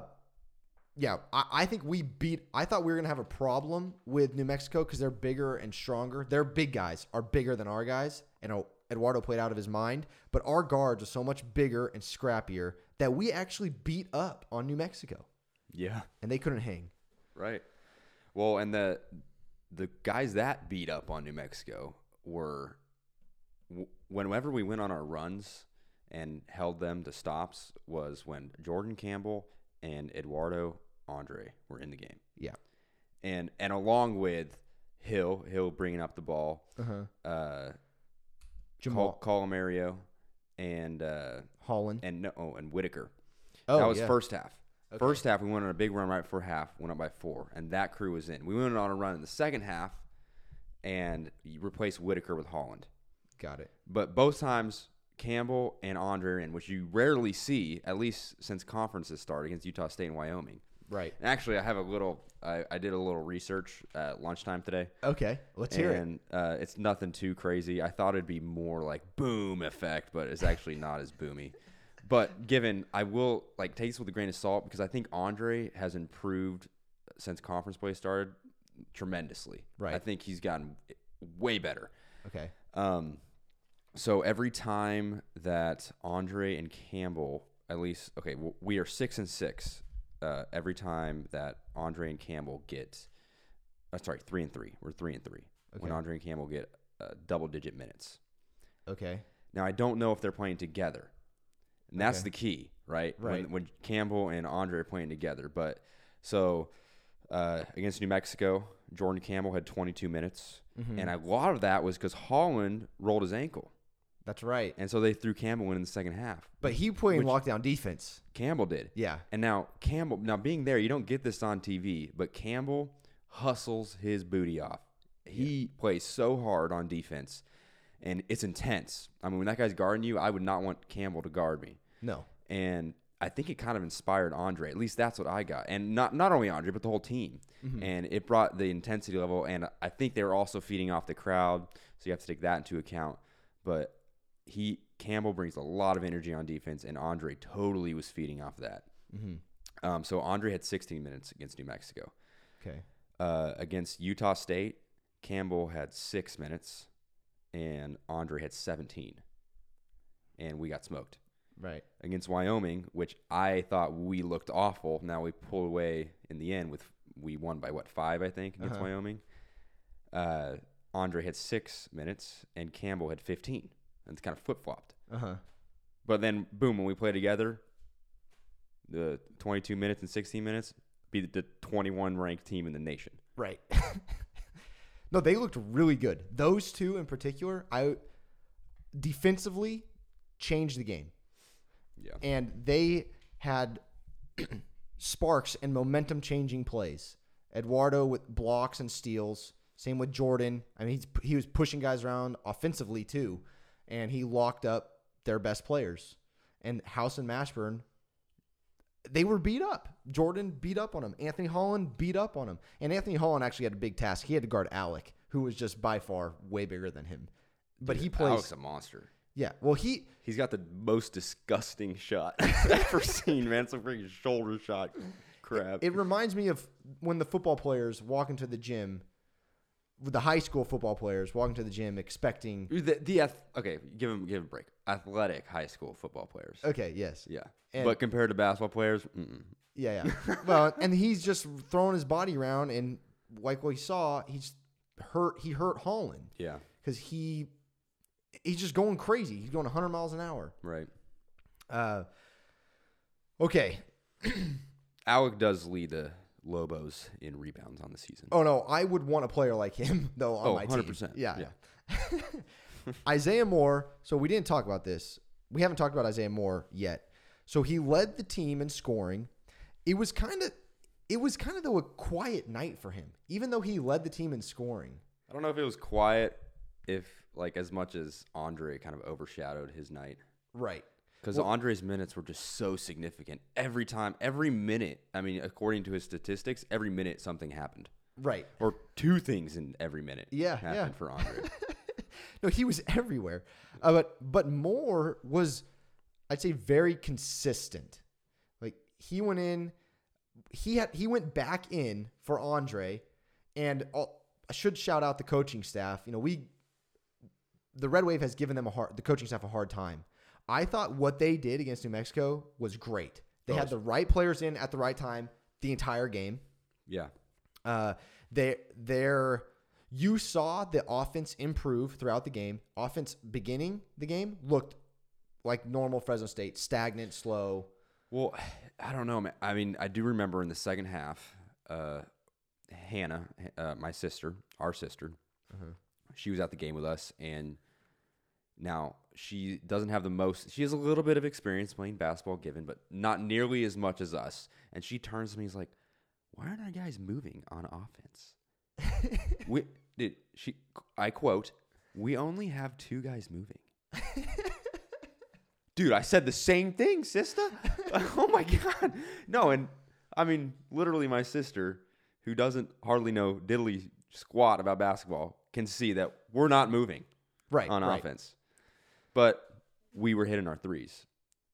S1: yeah, I, I think we beat. I thought we were gonna have a problem with New Mexico because they're bigger and stronger. Their big guys are bigger than our guys, and oh, Eduardo played out of his mind. But our guards are so much bigger and scrappier that we actually beat up on New Mexico,
S2: Yeah.
S1: and they couldn't hang.
S2: Right. Well, and the the guys that beat up on New Mexico were w- whenever we went on our runs and held them to stops was when Jordan Campbell and Eduardo Andre were in the game.
S1: Yeah.
S2: And and along with Hill, Hill bringing up the ball,
S1: Uh huh.
S2: uh
S1: Jamal
S2: Col- Colomario and uh
S1: Holland.
S2: and no oh, and Whitaker
S1: Oh,
S2: that was
S1: yeah.
S2: first half.
S1: Okay.
S2: First half, we went on a big run right before half, went up by four, and that crew was in. We went on a run in the second half and you replaced Whitaker with Holland.
S1: Got it.
S2: But both times, Campbell and Andre are in, which you rarely see, at least since conferences start against Utah State and Wyoming.
S1: Right.
S2: And actually, I have a little, I, I did a little research at lunchtime today.
S1: Okay. Let's hear it.
S2: and Uh, it's nothing too crazy. I thought it'd be more like boom effect, but it's actually not as boomy. But given, I will like take this with a grain of salt because I think Andre has improved since conference play started tremendously.
S1: Right.
S2: I think he's gotten way better.
S1: Okay.
S2: Um, so every time that Andre and Campbell, at least, okay, w- we are six and six. Uh, every time that Andre and Campbell get, uh, sorry, three and three, we're three and three. When
S1: Okay.
S2: Andre and Campbell get uh, double digit minutes.
S1: Okay.
S2: Now I don't know if they're playing together, and that's
S1: Okay.
S2: the key, right?
S1: Right.
S2: When, when Campbell and Andre are playing together, but so uh, against New Mexico, Jordan Campbell had 22 minutes,
S1: Mm-hmm.
S2: and a lot of that was because Holland rolled his ankle,
S1: That's right.
S2: and so they threw Campbell in in the second half.
S1: But he played in lockdown defense.
S2: Campbell did,
S1: Yeah.
S2: and now Campbell, now being there, you don't get this on TV, but Campbell hustles his booty off He plays so hard on defense, and it's intense. I mean, when that guy's guarding you, I would not want Campbell to guard me.
S1: No.
S2: and I think it kind of inspired Andre. At least that's what I got, and not not only Andre but the whole team. And it brought the intensity level, and I think they were also feeding off the crowd, so you have to take that into account. But he Campbell brings a lot of energy on defense, and Andre totally was feeding off that.
S1: Mm-hmm.
S2: Um, so Andre had 16 minutes against New Mexico.
S1: Okay.
S2: Uh, against Utah State, Campbell had six minutes, and Andre had 17, and we got smoked
S1: Right.
S2: against Wyoming, which I thought we looked awful. Now we pulled away in the end with we won by what five I think against
S1: Uh-huh.
S2: Wyoming. Uh, Andre had six minutes and Campbell had fifteen, and it's kind of flip flopped.
S1: Uh huh.
S2: But then boom, when we play together, the twenty-two minutes and sixteen minutes be the twenty-one ranked team in the nation.
S1: Right. no, they looked really good. Those two in particular, I defensively changed the game.
S2: Yeah,
S1: and they had sparks and momentum changing plays. Eduardo with blocks and steals. Same with Jordan. I mean, he's, he was pushing guys around offensively too, and he locked up their best players. And House and Mashburn, they were beat up. Jordan beat up on him. Anthony Holland beat up on him. And Anthony Holland actually had a big task. He had to guard Alec, who was just by far way bigger than him. But he plays.
S2: Alec's a monster.
S1: Yeah. Well, he
S2: He's got the most disgusting shot I've ever seen, man. It's a freaking shoulder shot crap.
S1: It reminds me of when the football players walk into the gym, the high school football players walking to the gym expecting.
S2: The, the ath- okay, give him give him a break. Athletic high school football players.
S1: Okay, yes,
S2: Yeah,
S1: And-
S2: but compared to basketball players, mm-mm.
S1: yeah, yeah. well, and he's just throwing his body around, and like we saw, he's hurt. He hurt Holland
S2: yeah,
S1: because he he's just going crazy. He's going 100 miles an hour.
S2: right.
S1: Uh, okay.
S2: Alec does lead the Lobos in rebounds on the season.
S1: Oh no, I would want a player like him though on
S2: Oh,
S1: my
S2: 100%,
S1: team. Yeah. Isaiah Moore. So we didn't talk about this. We haven't talked about Isaiah Moore yet. So he led the team in scoring. It was kind of, it was kind of though a quiet night for him, even though he led the team in scoring.
S2: I don't know if it was quiet, if like as much as Andre kind of overshadowed his night
S1: Right.
S2: because Andre's minutes were just so significant. Every time, every minute. I mean, according to his statistics, every minute something happened,
S1: Right.
S2: or two things in every minute.
S1: Yeah,
S2: happened
S1: yeah.
S2: for Andre.
S1: No, he was everywhere. Uh, but but Moore was, I'd say, very consistent. Like he went in, he had he went back in for Andre, and all, I should shout out the coaching staff. You know, we the Red Wave has given them a hard the coaching staff a hard time. I thought what they did against New Mexico was great. They had the right players in at the right time the entire game.
S2: yeah,
S1: Uh, they their you saw the offense improve throughout the game. Offense beginning the game looked like normal Fresno State, stagnant, slow.
S2: Well, I don't know. Man. I mean, I do remember in the second half, uh, Hannah, uh, my sister, our sister, she was at the game with us, and now she doesn't have the most. She has a little bit of experience playing basketball, given, but not nearly as much as us. And she turns to me, and is like, "Why aren't our guys moving on offense?" we did she? I quote, "We only have two guys moving." dude, I said the same thing, sister. oh my god. No, and I mean, literally, my sister, who doesn't hardly know diddly squat about basketball, can see that we're not moving
S1: Right
S2: on
S1: right.
S2: offense, but we were hitting our threes,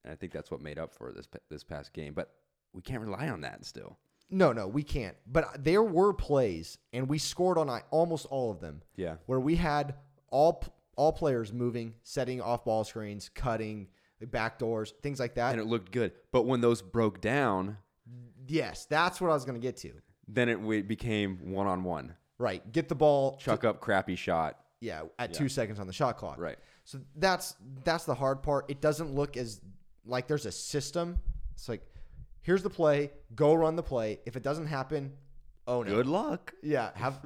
S2: and I think that's what made up for this pa- this past game. But we can't rely on that still.
S1: No, no, we can't. But there were plays, and we scored on I- almost all of them.
S2: Yeah.
S1: where we had all p- all players moving, setting off ball screens, cutting back doors, things like that.
S2: And it looked good, but when those broke down,
S1: yes, that's what I was going to get to.
S2: then it we became one on one,
S1: Right, get the ball to
S2: chuck up, crappy shot.
S1: yeah at two seconds on the shot clock
S2: Right.
S1: so that's that's the hard part it doesn't look as like there's a system it's like here's the play go run the play if it doesn't happen own it
S2: Good luck.
S1: yeah have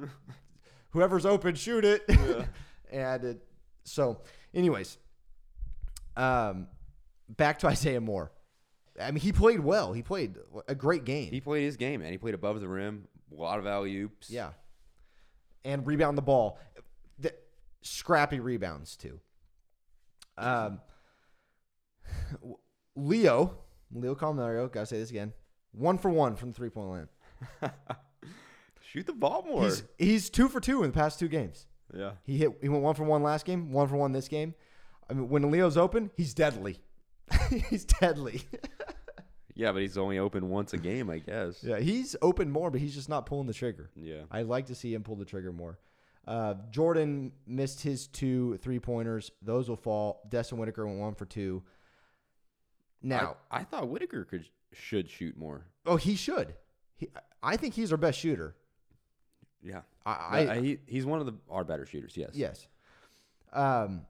S1: whoever's open shoot it and it, so anyways um back to isaiah moore i mean he played well he played a great game
S2: He played his game, man. He played above the rim, a lot of alley oops.
S1: yeah and rebound the ball. The scrappy rebounds too. Um, Leo, Leo Calmario, gotta say this again. One for one from the three point land.
S2: Shoot the ball more.
S1: He's he's two for two in the past two games.
S2: yeah.
S1: He hit. He went one for one last game. One for one this game. I mean, when Leo's open, he's deadly. he's deadly.
S2: Yeah, but he's only open once a game, I guess.
S1: yeah, he's open more, but he's just not pulling the trigger.
S2: Yeah.
S1: I like to see him pull the trigger more. Uh, Jordan missed his two three pointers. Those will fall. Destin Whitaker went one for two. Now,
S2: I, I thought Whitaker could should shoot more.
S1: oh, he should. He, I think he's our best shooter.
S2: Yeah.
S1: I,
S2: I,
S1: I,
S2: uh, he, he's one of the our better shooters. Yes.
S1: yes. Um,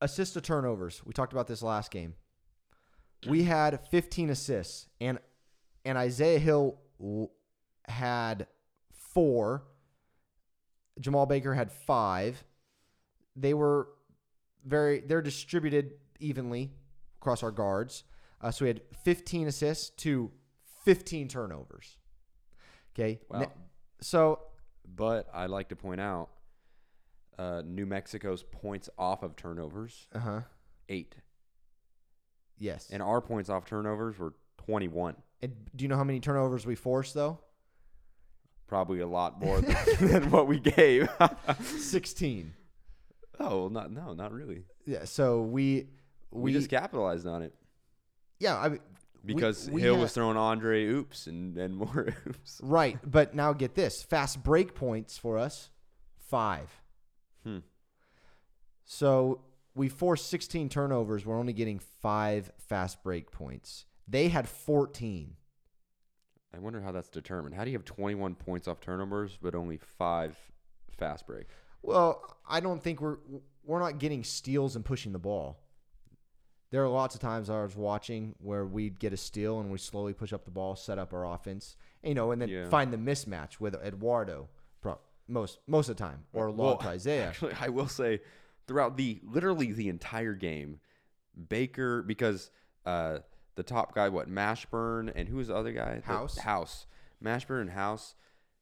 S1: assist to turnovers. We talked about this last game. We had 15 assists, and and Isaiah Hill w- had four. Jamal Baker had five. They were very they're distributed evenly across our guards. Uh, so we had 15 assists to 15 turnovers. Okay.
S2: Wow.
S1: Ne- so
S2: But I'd like to point out uh, New Mexico's points off of turnovers
S1: uh huh.
S2: eight,
S1: Yes.
S2: and our points off turnovers were twenty one.
S1: And do you know how many turnovers we forced though?
S2: Probably a lot more than, than what we gave. oh,
S1: Sixteen.
S2: well, not no, not really.
S1: Yeah. So we we,
S2: We, just capitalized on it
S1: yeah. I mean, we-
S2: because
S1: we
S2: Hill
S1: had-
S2: was throwing Andre oops and, and more oops.
S1: right, but now get this: fast break points for us, five.
S2: Hmm.
S1: So we forced sixteen turnovers. We're only getting five fast break points. They had fourteen.
S2: I wonder how that's determined. How do you have 21 points off turnovers but only five fast break?
S1: Well, I don't think we're we're not getting steals and pushing the ball. There are lots of times I was watching where we'd get a steal and we slowly push up the ball, set up our offense, you know, and then
S2: Yeah.
S1: find the mismatch with Eduardo pro- most most of the time or long to Isaiah.
S2: Actually, I will say throughout the literally the entire game, Baker because uh, the top guy, what Mashburn and who was the other guy? The-
S1: House.
S2: House. Mashburn and House.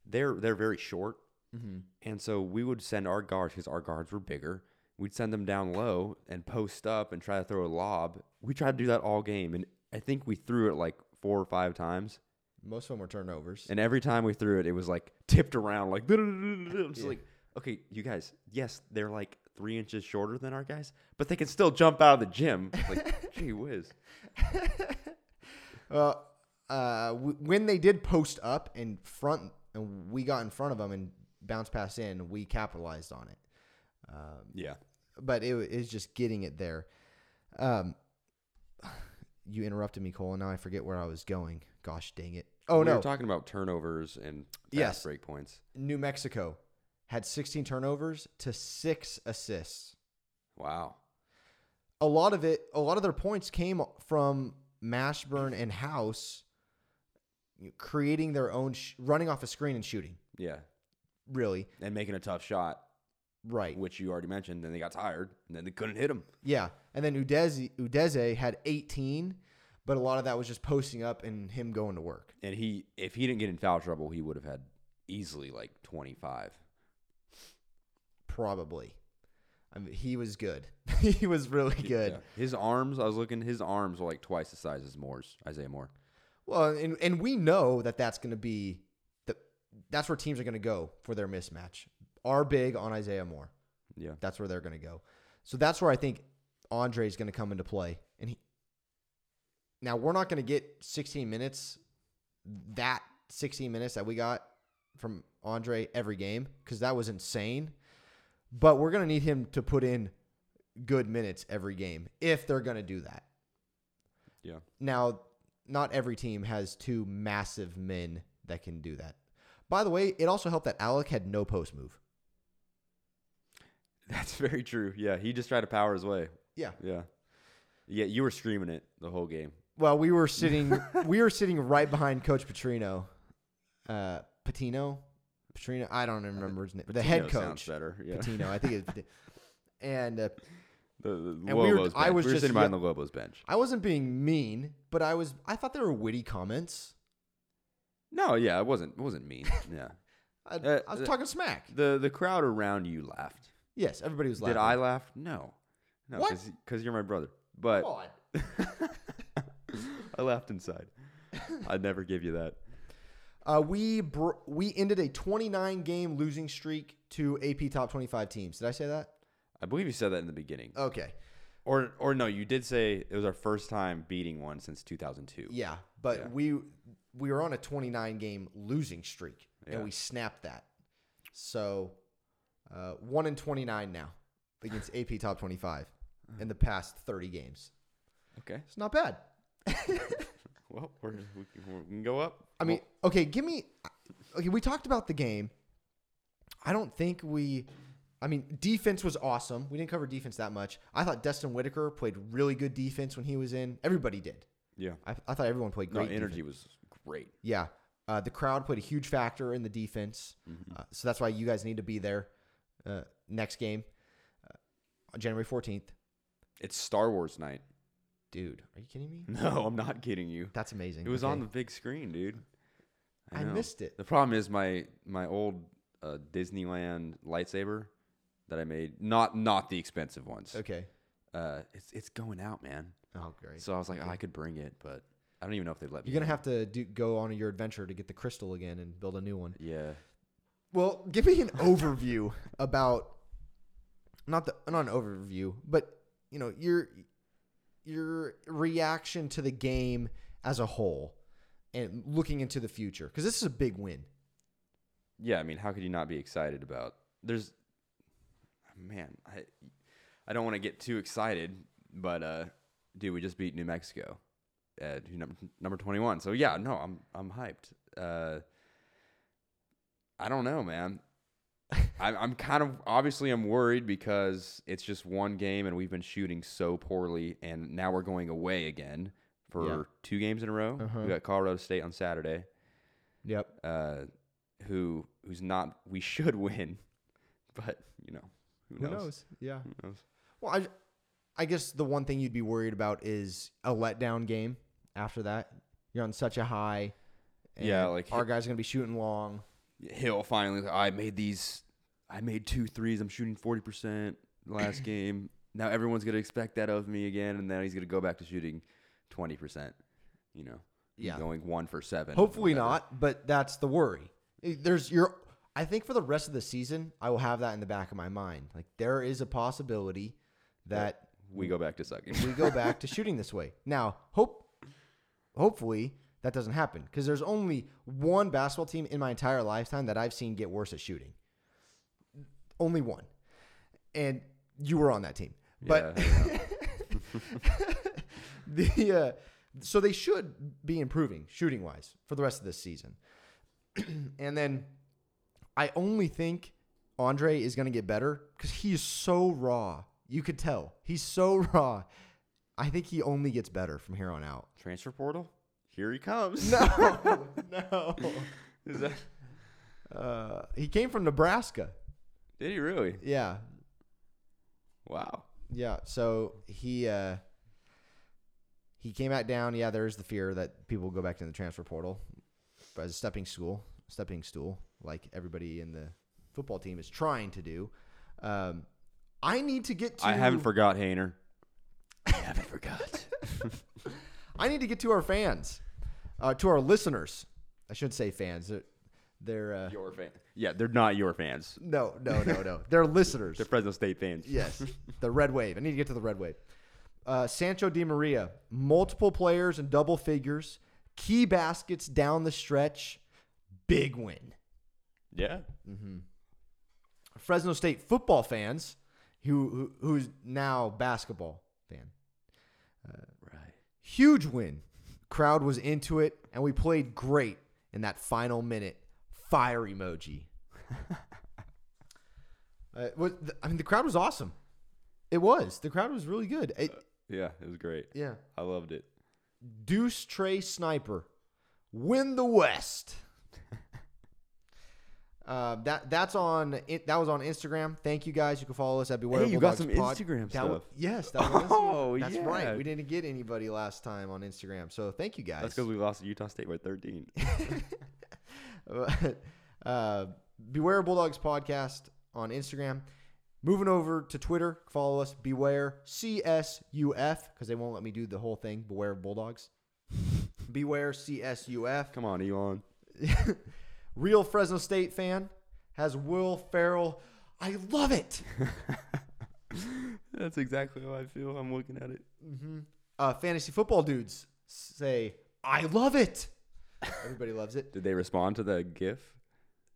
S2: They're they're very short,
S1: Mm-hmm.
S2: and so we would send our guards because our guards were bigger. We'd send them down low and post up and try to throw a lob. We tried to do that all game, and I think we threw it like four or five times.
S1: Most of them were turnovers.
S2: And every time we threw it, it was like tipped around, like I'm just
S1: Yeah.
S2: like, okay, you guys, yes, they're like three inches shorter than our guys, but they can still jump out of the gym. Like, gee whiz.
S1: Uh, uh, w- when they did post up and front, and we got in front of them and bounce pass in, we capitalized on it. Um,
S2: Yeah.
S1: but it is just getting it there. Um, you interrupted me, Cole, and now I forget where I was going. Gosh, dang it! Oh
S2: we
S1: no,
S2: We're talking about turnovers and fast
S1: Yes.
S2: break points.
S1: New Mexico had 16 turnovers to six assists.
S2: Wow.
S1: A lot of it, a lot of their points came from Mashburn and House creating their own, sh- running off a screen and shooting.
S2: Yeah.
S1: Really,
S2: And making a tough shot,
S1: right?
S2: which you already mentioned. Then they got tired, and then they couldn't hit him.
S1: Yeah, and then Udeze, Udeze had 18, but a lot of that was just posting up and him going to work.
S2: And he, if he didn't get in foul trouble, he would have had easily like 25.
S1: probably. I mean, he was good. he was really good.
S2: Yeah. His arms, I was looking, his arms were like twice the size as Moore's, Isaiah Moore.
S1: Well, and and we know that that's going to be the that's where teams are going to go for their mismatch. Our big on Isaiah Moore.
S2: Yeah.
S1: That's where they're going to go. So that's where I think Andre's going to come into play. And he now we're not going to get 16 minutes that 16 minutes that we got from Andre every game because that was insane. But we're going to need him to put in good minutes every game if they're going to do that.
S2: Yeah.
S1: Now, not every team has two massive men that can do that. By the way, it also helped that Alec had no post move.
S2: That's very true. Yeah, he just tried to power his way.
S1: Yeah.
S2: Yeah. Yeah, you were screaming it the whole game.
S1: Well, we were sitting we were sitting right behind Coach Petrino. Uh Patino? Petrino? I don't even remember his name. The head
S2: Uh, Patino sounds
S1: coach.
S2: better. Yeah.
S1: Patino, I think it's and uh,
S2: The, the
S1: we were-
S2: Lobos
S1: I
S2: bench.
S1: was
S2: we were
S1: just
S2: sitting behind
S1: ye-
S2: the Lobos bench.
S1: I wasn't being mean, but I was I thought they were witty comments.
S2: No, yeah, it wasn't it wasn't mean. yeah.
S1: I,
S2: Uh,
S1: I was
S2: uh,
S1: talking smack.
S2: The the crowd around you laughed.
S1: Yes, everybody was laughing.
S2: Did I laugh? No. No,
S1: What?
S2: because you're my brother. But
S1: Come on.
S2: I laughed inside. I'd never give you that.
S1: Uh, we br- we ended a 29 game losing streak to AP top 25 teams. Did I say that?
S2: I believe you said that in the beginning.
S1: Okay.
S2: Or or no, you did say it was our first time beating one since 2002.
S1: Yeah, but
S2: Yeah.
S1: we we were on a 29 game losing streak
S2: Yeah.
S1: and we snapped that. So uh, one in 29 now against AP top 25 in the past 30 games.
S2: Okay.
S1: It's not bad.
S2: Well, we're, we, can, we can go up.
S1: I mean, okay, give me. Okay, we talked about the game. I don't think we. I mean, defense was awesome. We didn't cover defense that much. I thought Destin Whitaker played really good defense when he was in. Everybody did.
S2: yeah.
S1: I, I thought everyone played
S2: No,
S1: great.
S2: energy
S1: defense.
S2: was great.
S1: Yeah. Uh, the crowd played a huge factor in the defense.
S2: Hmm.
S1: Uh, so that's why you guys need to be there uh, next game, uh, on January 14th.
S2: It's Star Wars night.
S1: Dude, are you kidding me?
S2: No, I'm not kidding you.
S1: That's amazing.
S2: Hmm. It was
S1: Okay.
S2: on the big screen, dude.
S1: I
S2: know.
S1: missed it.
S2: The problem is my my old uh, Disneyland lightsaber that I made. Not not the expensive ones.
S1: Okay.
S2: Uh, it's it's going out, man.
S1: Oh, great.
S2: So I was like, oh, I could bring it, but I don't even know if they'd let me.
S1: You're going
S2: in.
S1: to have to do, go on your adventure to get the crystal again and build a new one.
S2: Yeah.
S1: Well, give me an overview about not the not an overview, but you know your your reaction to the game as a whole and looking into the future because this is a big win.
S2: yeah, I mean, how could you not be excited about? There's, man, I, I don't want to get too excited, but uh, dude, we just beat New Mexico, at who number number twenty one. So yeah, no, I'm I'm hyped. Uh, I don't know, man. I, I'm kind of obviously I'm worried because it's just one game and we've been shooting so poorly, and now we're going away again for
S1: Yeah.
S2: two games in a row.
S1: Uh-huh.
S2: We got Colorado State on Saturday
S1: Yep.
S2: uh, who who's not we should win, but you know who knows.
S1: Yeah.
S2: Who knows?
S1: Well, I I guess the one thing you'd be worried about is a letdown game after that. You're on such a high.
S2: Yeah, like-
S1: our guys are gonna be shooting long.
S2: Hill finally like, I made these I made two threes. I'm shooting forty percent last game. Now everyone's gonna expect that of me again, and now he's gonna go back to shooting twenty percent. You know,
S1: Yeah.
S2: going one for seven.
S1: Hopefully
S2: whatever.
S1: not, but that's the worry. Eh, There's your I think for the rest of the season, I will have that in the back of my mind. Like there is a possibility that
S2: We go back to sucking.
S1: we go back to shooting this way. Now, hope hopefully that doesn't happen because there's only one basketball team in my entire lifetime that I've seen get worse at shooting. Only one. And you were on that team. But
S2: Yeah,
S1: the uh, so they should be improving shooting wise for the rest of this season. and then I only think Andre is going to get better because he is so raw. You could tell he's so raw. I think he only gets better from here on out.
S2: transfer portal. Here he comes.
S1: No, no.
S2: Is that,
S1: Uh, he came from Nebraska.
S2: did he really?
S1: Yeah,
S2: Wow.
S1: yeah. So he uh, he came back down. Yeah, there is the fear that people will go back to the transfer portal but as a stepping stool, stepping stool, like everybody in the football team is trying to do. Um, I need to get to.
S2: I haven't forgot Hayner. I haven't forgot.
S1: I need to get to our fans, uh, to our listeners. I should say fans. They're, they're uh,
S2: Your fan. Yeah, they're not your fans.
S1: no, no, no, no. They're listeners.
S2: They're Fresno State fans.
S1: Yes, the red wave. I need to get to the red wave. Uh, Sancho Di Maria, multiple players in double figures, key baskets down the stretch, big win.
S2: Yeah.
S1: Fresno State football fans, who, who who's now basketball fan,
S2: Right.
S1: huge win. Crowd was into it, and we played great in that final minute. Fire emoji. uh, what, I mean, the crowd was awesome. It was. The crowd was really good. It,
S2: Yeah, it was great.
S1: yeah.
S2: I loved it.
S1: Deuce Trey Sniper, win the West. Uh, that that's on it. That was on Instagram. Thank you guys. You can follow us at Beware.
S2: Hey, you got
S1: Bulldogs
S2: some
S1: Pod.
S2: Instagram
S1: That wa-
S2: stuff.
S1: yes, that was on Instagram.
S2: Oh,
S1: that's
S2: yeah.
S1: right. We didn't get anybody last time on Instagram, so thank you guys.
S2: That's because we lost to Utah State by 13.
S1: uh, Beware Bulldogs podcast on Instagram. Moving over to Twitter, follow us. Beware CSUF because they won't let me do the whole thing. Beware Bulldogs. Beware CSUF.
S2: Come on, Elon.
S1: Real Fresno State fan has Will Farrell. I love it.
S2: That's exactly how I feel. I'm looking at it.
S1: Uh, fantasy football dudes say, I love it. Everybody loves it.
S2: Did they respond to the GIF?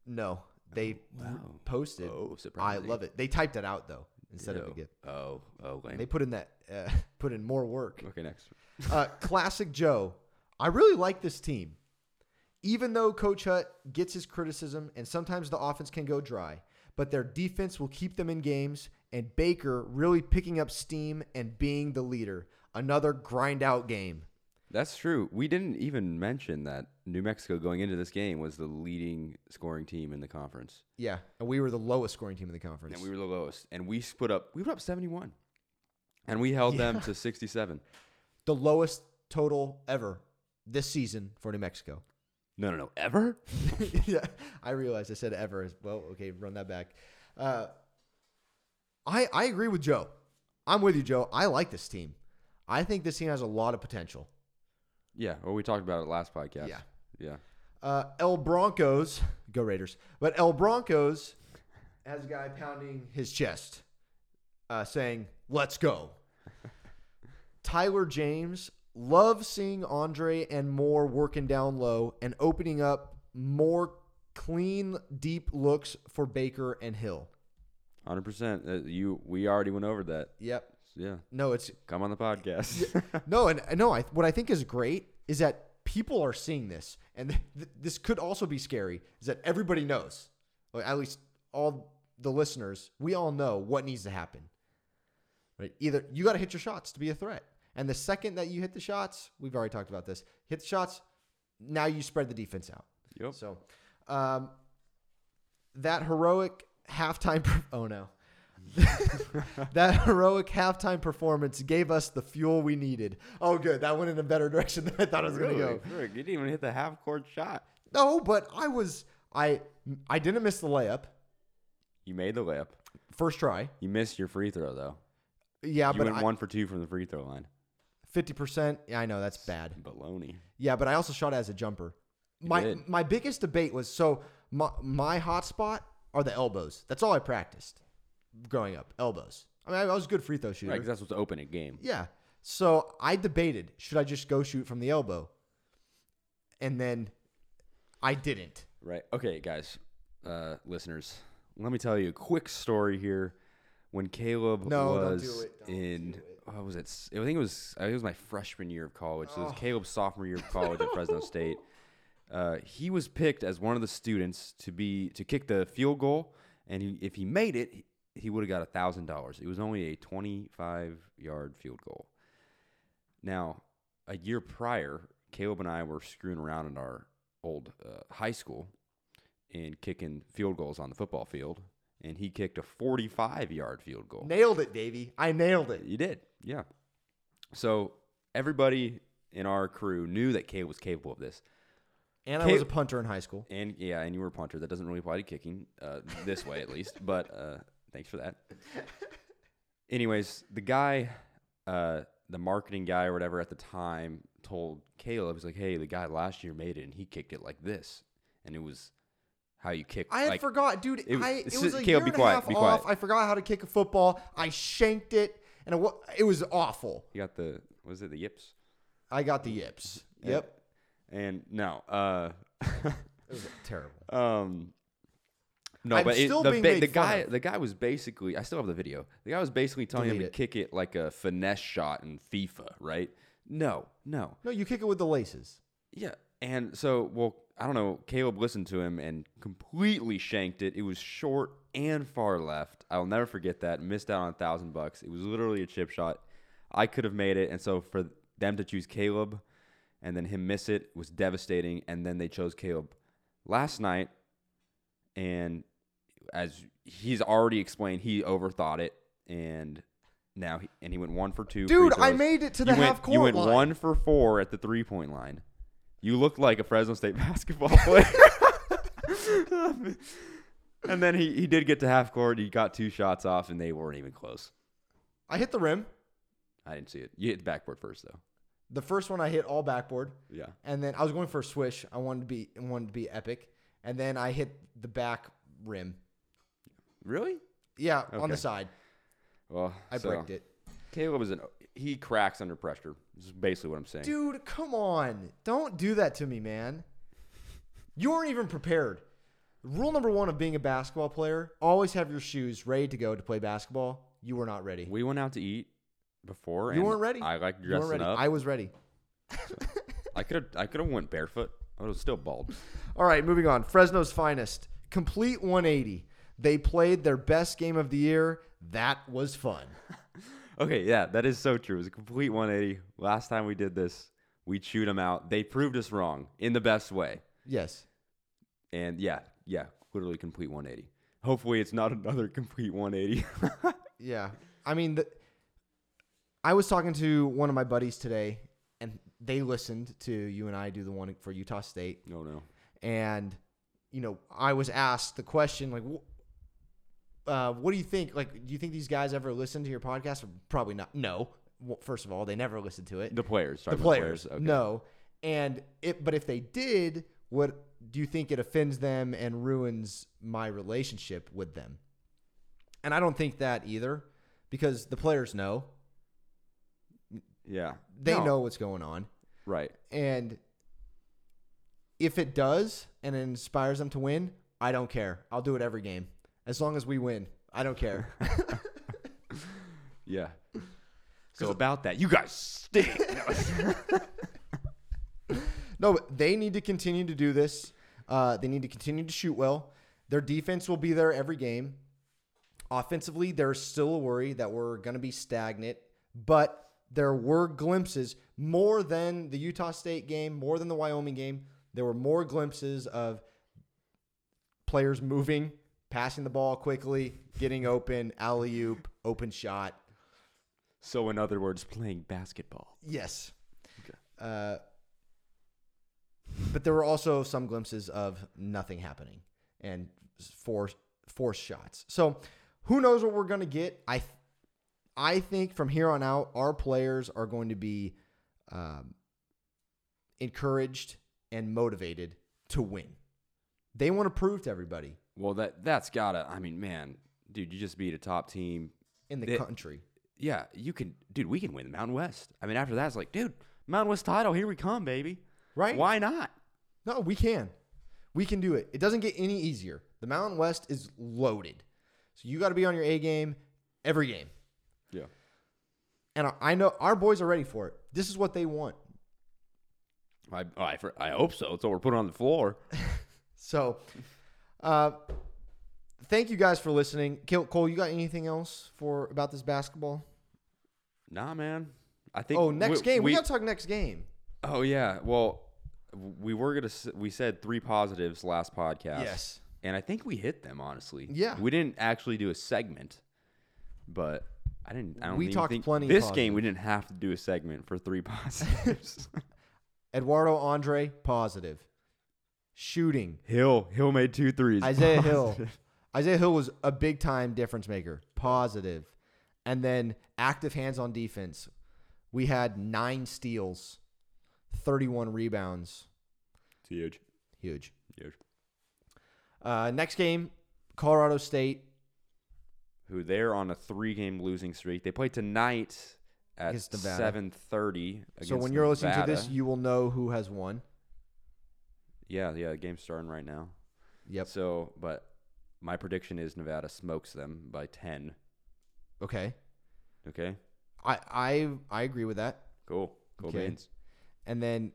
S1: No, they
S2: Wow.
S1: posted.
S2: Oh,
S1: I
S2: surprising.
S1: love it. They typed it out though instead of
S2: Ew.
S1: the gift.
S2: Oh, oh, lame.
S1: They put in that uh, put in more work.
S2: okay, next.
S1: Uh, classic Joe. I really like this team. Even though Coach Hut gets his criticism and sometimes the offense can go dry, but their defense will keep them in games and Baker really picking up steam and being the leader. Another grind out game.
S2: That's true. We didn't even mention that New Mexico going into this game was the leading scoring team in the conference,
S1: Yeah, and we were the lowest scoring team in the conference.
S2: and we were the lowest. And we put up we put up 71, and we held them
S1: Yeah.
S2: to 67.
S1: the lowest total ever this season for New Mexico.
S2: No, no, no, ever.
S1: yeah, I realized I said ever. as- Well, okay, run that back. Uh, I I agree with Joe. I'm with you, Joe. I like this team. I think this team has a lot of potential.
S2: Yeah. Well, we talked about it last podcast.
S1: Yeah.
S2: Yeah.
S1: Uh, El Broncos, go Raiders. But El Broncos has a guy pounding his chest, uh, saying, "Let's go." Tyler James loves seeing Andre and Moore working down low and opening up more clean, deep looks for Baker and Hill.
S2: Hundred percent. Uh, You. We already went over that.
S1: Yep.
S2: Yeah.
S1: No, it's
S2: Come on the podcast.
S1: no, and no. I what I think is great is that people are seeing this, and th- th- this could also be scary. Is that everybody knows, or at least all the listeners, we all know what needs to happen. Right? Either you got to hit your shots to be a threat, and the second that you hit the shots, we've already talked about this. Hit the shots. Now you spread the defense out.
S2: yep.
S1: So, um, that heroic halftime. Per- oh no, that heroic halftime performance gave us the fuel we needed. Oh, good, that went in a better direction than I thought it was going to go.
S2: Frick, you didn't even hit the half court shot.
S1: No, but I was I I didn't miss the layup
S2: You made the layup.
S1: first try.
S2: You missed your free throw though.
S1: Yeah,
S2: you
S1: Uh, but
S2: went
S1: I-
S2: one for two from the free throw line.
S1: fifty percent. Yeah, I know that's bad.
S2: Baloney.
S1: Yeah, but I also shot as a jumper.
S2: You
S1: my
S2: did.
S1: my biggest debate was so my my hot spot are the elbows. That's all I practiced growing up. Elbows. I mean, I was a good free throw shooter.
S2: Right, because that's what's open at game.
S1: Yeah. So I debated should I just go shoot from the elbow, and then I didn't.
S2: Right. Okay, guys, uh, listeners, let me tell you a quick story here. When Caleb
S1: No, don't
S2: was
S1: do it. Don't
S2: in,
S1: do it.
S2: what was it? S- I think it was. I think it was my freshman year of college. So it was
S1: Oh.
S2: Caleb's sophomore year of college at Fresno State. Uh, he was picked as one of the students to be to kick the field goal, and he, if he made it, he, he would have got a thousand dollars. It was only a twenty-five yard field goal. Now, a year prior, Caleb and I were screwing around in our old uh, high school and kicking field goals on the football field, and he kicked a 45 yard field goal.
S1: Nailed it, Davey. I nailed it.
S2: You did, yeah. So everybody in our crew knew that Caleb was capable of this,
S1: And I
S2: Ca-
S1: was a punter in high school.
S2: and yeah, and you were a punter. That doesn't really apply to kicking uh, this way, at least. But uh, thanks for that. Anyways, the guy, uh, the marketing guy or whatever at the time, told Caleb, "He's like, hey, the guy last year made it, and he kicked it like this, and it was how you kick."
S1: I had
S2: like,
S1: forgot, dude.
S2: it-
S1: I, it
S2: sit-
S1: was a
S2: Caleb,
S1: year
S2: be
S1: and
S2: quiet,
S1: a half
S2: be quiet.
S1: off. I forgot how to kick a football. I shanked it, and it, wa- it was awful.
S2: You got the was it the yips?
S1: I got the yips. Yep,
S2: And no, uh,
S1: it was terrible.
S2: um, no,
S1: I'm
S2: but it,
S1: still
S2: the,
S1: being
S2: ba-
S1: made
S2: the
S1: fun
S2: guy
S1: of.
S2: the guy was basically I still have the video. The guy was basically telling him
S1: Delete
S2: to
S1: it.
S2: kick it like a finesse shot in FIFA, right? No, no,
S1: No, you kick it with the laces.
S2: yeah. And so, well, I don't know. Caleb listened to him and completely shanked it. It was short and far left. I'll never forget that. Missed out on a thousand bucks. It was literally a chip shot. I could have made it. And so for them to choose Caleb and then him miss it was devastating. And then they chose Caleb last night. And as he's already explained, he overthought it. And now, he, and he went one for two. free
S1: Dude, I
S2: throws.
S1: made it to
S2: You
S1: the
S2: went-
S1: half court
S2: You went
S1: line.
S2: one for four at the three point line. You look like a Fresno State basketball player. And then he, he did get to half court. He got two shots off, and they weren't even close.
S1: I hit the rim.
S2: I didn't see it. You hit the backboard first, though.
S1: The first one I hit all backboard,
S2: Yeah.
S1: and then I was going for a swish. I wanted to be wanted to be epic, and then I hit the back rim.
S2: Really?
S1: Yeah, on the
S2: Okay.
S1: side,
S2: Well,
S1: I
S2: so,
S1: bricked it.
S2: Caleb is an he cracks under pressure. Is basically what I'm saying.
S1: Dude, come on! Don't do that to me, man. You weren't even prepared. Rule number one of being a basketball player: always have your shoes ready to go to play basketball. You were not ready.
S2: We went out to eat before.
S1: You
S2: and
S1: weren't ready.
S2: I like
S1: You weren't
S2: dressing
S1: ready.
S2: up.
S1: I was ready.
S2: I could have I could have went barefoot. I was still bald.
S1: All right, moving on. Fresno's finest, complete 180. They played their best game of the year. That was fun.
S2: Okay, yeah, that is so true. It was a complete 180. Last time we did this, we chewed them out. They proved us wrong in the best way.
S1: Yes.
S2: And yeah, yeah, literally complete 180. Hopefully, it's not another complete 180.
S1: Yeah. I mean, the, I was talking to one of my buddies today, and they listened to you and I do the one for Utah State.
S2: no, no.
S1: and you know i was asked the question like wh- uh, what do you think like do you think these guys ever listen to your podcast probably not no well, first of all they never listen to it
S2: The players. sorry,
S1: the players,
S2: Okay.
S1: no and it but if they did what do you think it offends them and ruins my relationship with them and i don't think that either because the players know
S2: Yeah.
S1: they
S2: No,
S1: know what's going on
S2: Right.
S1: and if it does and it inspires them to win, I don't care. I'll do it every game. As long as we win, I don't care.
S2: Yeah. So about that, you guys stink.
S1: no, but they need to continue to do this. Uh, they need to continue to shoot well. Their defense will be there every game. Offensively, there's still a worry that we're going to be stagnant, but there were glimpses more than the Utah State game, more than the Wyoming game. There were more glimpses of players moving, passing the ball quickly, getting open, alley oop, open shot.
S2: so in other words, playing basketball.
S1: Yes. Uh, but there were also some glimpses of nothing happening and force force shots. So who knows what we're going to get? I th- I think from here on out, our players are going to be um, encouraged and motivated to win. They want to prove to everybody
S2: Well, that that's gotta. I mean, man, dude, you just beat a top team.
S1: in the
S2: They-
S1: country.
S2: Yeah, you can, dude. We can win the Mountain West. I mean, after that, it's like, dude, Mountain West title, here we come, baby.
S1: Right?
S2: Why not?
S1: No, we can. We can do it. It doesn't get any easier. The Mountain West is loaded. So you got to be on your A game every game.
S2: Yeah.
S1: And I- I know our boys are ready for it. This is what they want.
S2: I I, for, I hope so. It's what we're putting on the floor.
S1: So, uh, thank you guys for listening. Cole, Cole, you got anything else for about this basketball?
S2: Nah, man. I think.
S1: Oh, next
S2: we-
S1: game. We,
S2: we-
S1: got to talk next game.
S2: oh yeah. Well, we were gonna. s- We said three positives last podcast. and I think we hit them honestly.
S1: Yeah.
S2: we didn't actually do a segment, but I didn't. I don't
S1: We
S2: even
S1: talked
S2: think
S1: plenty
S2: This game we didn't have to do a segment for three positives.
S1: Eduardo Andre, positive. Shooting.
S2: Hill Hill made two threes.
S1: Isaiah Hill.
S2: Positive.
S1: Isaiah Hill was a big time difference maker, positive. And then active hands on defense. We had nine steals, 31 rebounds.
S2: It's huge,
S1: Huge.
S2: huge.
S1: Uh, next game, Colorado State
S2: Who they're on a three-game losing streak. They play tonight at
S1: Against Nevada.
S2: seven thirty.
S1: So when you're listening to this, you will know who has won.
S2: yeah, yeah, the game's starting right now.
S1: Yep.
S2: So, but my prediction is Nevada smokes them by ten.
S1: Okay.
S2: Okay,
S1: I I I agree with that.
S2: cool, cool
S1: Okay.
S2: beans.
S1: And then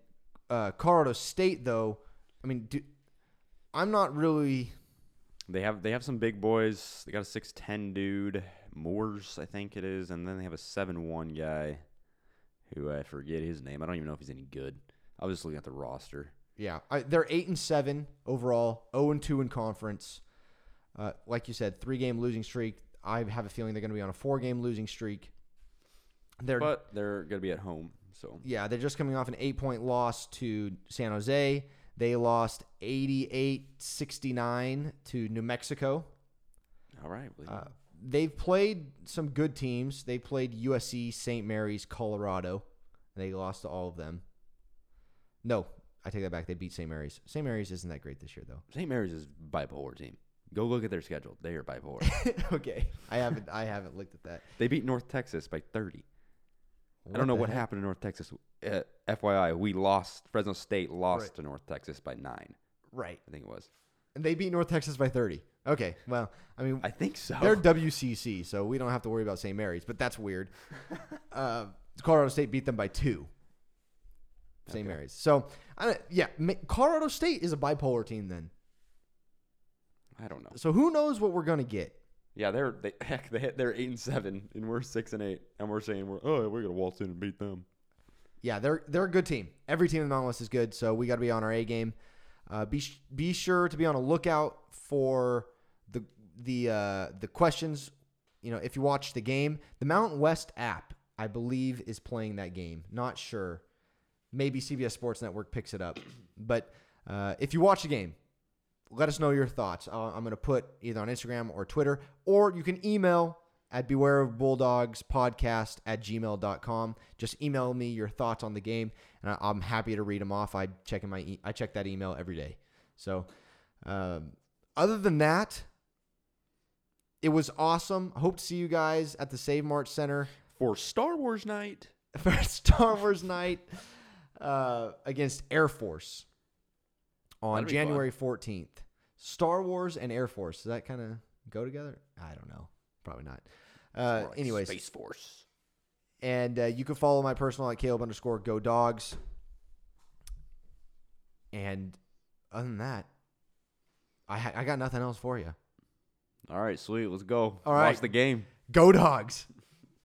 S1: uh, Colorado State, though, I mean, do, I'm not really.
S2: They have they have some big boys. They got a six ten dude, Moores, I think it is, and then they have a seven one guy, who I forget his name. I don't even know if he's any good. I was just looking at the roster.
S1: Yeah, I, they're eight and seven overall, zero and two in conference. Uh, like you said, three game losing streak. I have a feeling they're going to be on a four game losing streak. They're
S2: But they're gonna be at home, so
S1: yeah, they're just coming off an eight point loss to San Jose. They lost 88 69 to New Mexico.
S2: All right. William.
S1: Uh, they've played some good teams. They played USC, St. Mary's, Colorado. And they lost to all of them. No, I take that back. They beat St. Mary's. St. Mary's isn't that great this year, though.
S2: St. Mary's is bipolar team. Go look at their schedule. They are bipolar.
S1: okay, I haven't. I haven't looked at that.
S2: they beat North Texas by 30. I don't know
S1: the
S2: what
S1: heck?
S2: happened in North Texas. Uh, FYI, we lost. Fresno State lost
S1: Right.
S2: to North Texas by nine.
S1: Right,
S2: I think it was.
S1: and they beat North Texas by thirty. Okay, well, I mean,
S2: I think so.
S1: They're WCC, so we don't have to worry about St. Mary's, but that's weird. uh, Colorado State beat them by two. St.
S2: Okay.
S1: Mary's. So, I don't, yeah, ma- Colorado State is a bipolar team then.
S2: I don't know.
S1: So who knows what we're gonna get?
S2: Yeah, they're they heck they hit they're eight and seven, and we're six and eight, and we're saying we're oh we're gonna waltz in and beat them.
S1: Yeah, they're they're a good team. Every team in the Mountain West is good, so we got to be on our A game. Uh, be sh- be sure to be on a lookout for the the uh, the questions. You know, if you watch the game, the Mountain West app, I believe, is playing that game. Not sure. Maybe CBS Sports Network picks it up, but uh, if you watch the game, let us know your thoughts. Uh, I'm going to put either on Instagram or Twitter, or you can email at beware of bulldogs podcast at gmail.com. Just email me your thoughts on the game, and I, I'm happy to read them off. I check in my e- I check that email every day. So, um, other than that, it was awesome. I hope to see you guys at the Save March Center
S2: For Star Wars night,
S1: for Star Wars night uh, against Air Force on
S2: That'd be fun.
S1: January 14th. Star Wars and Air Force, does that kind of go together? I don't know. Probably not. Uh,
S2: More like
S1: anyways,
S2: Space Force.
S1: and uh, you can follow my personal at Caleb underscore go dogs. And other than that, I, ha- I got nothing else for you.
S2: All right, sweet, let's go.
S1: All
S2: Watch
S1: right.
S2: the game.
S1: Go dogs.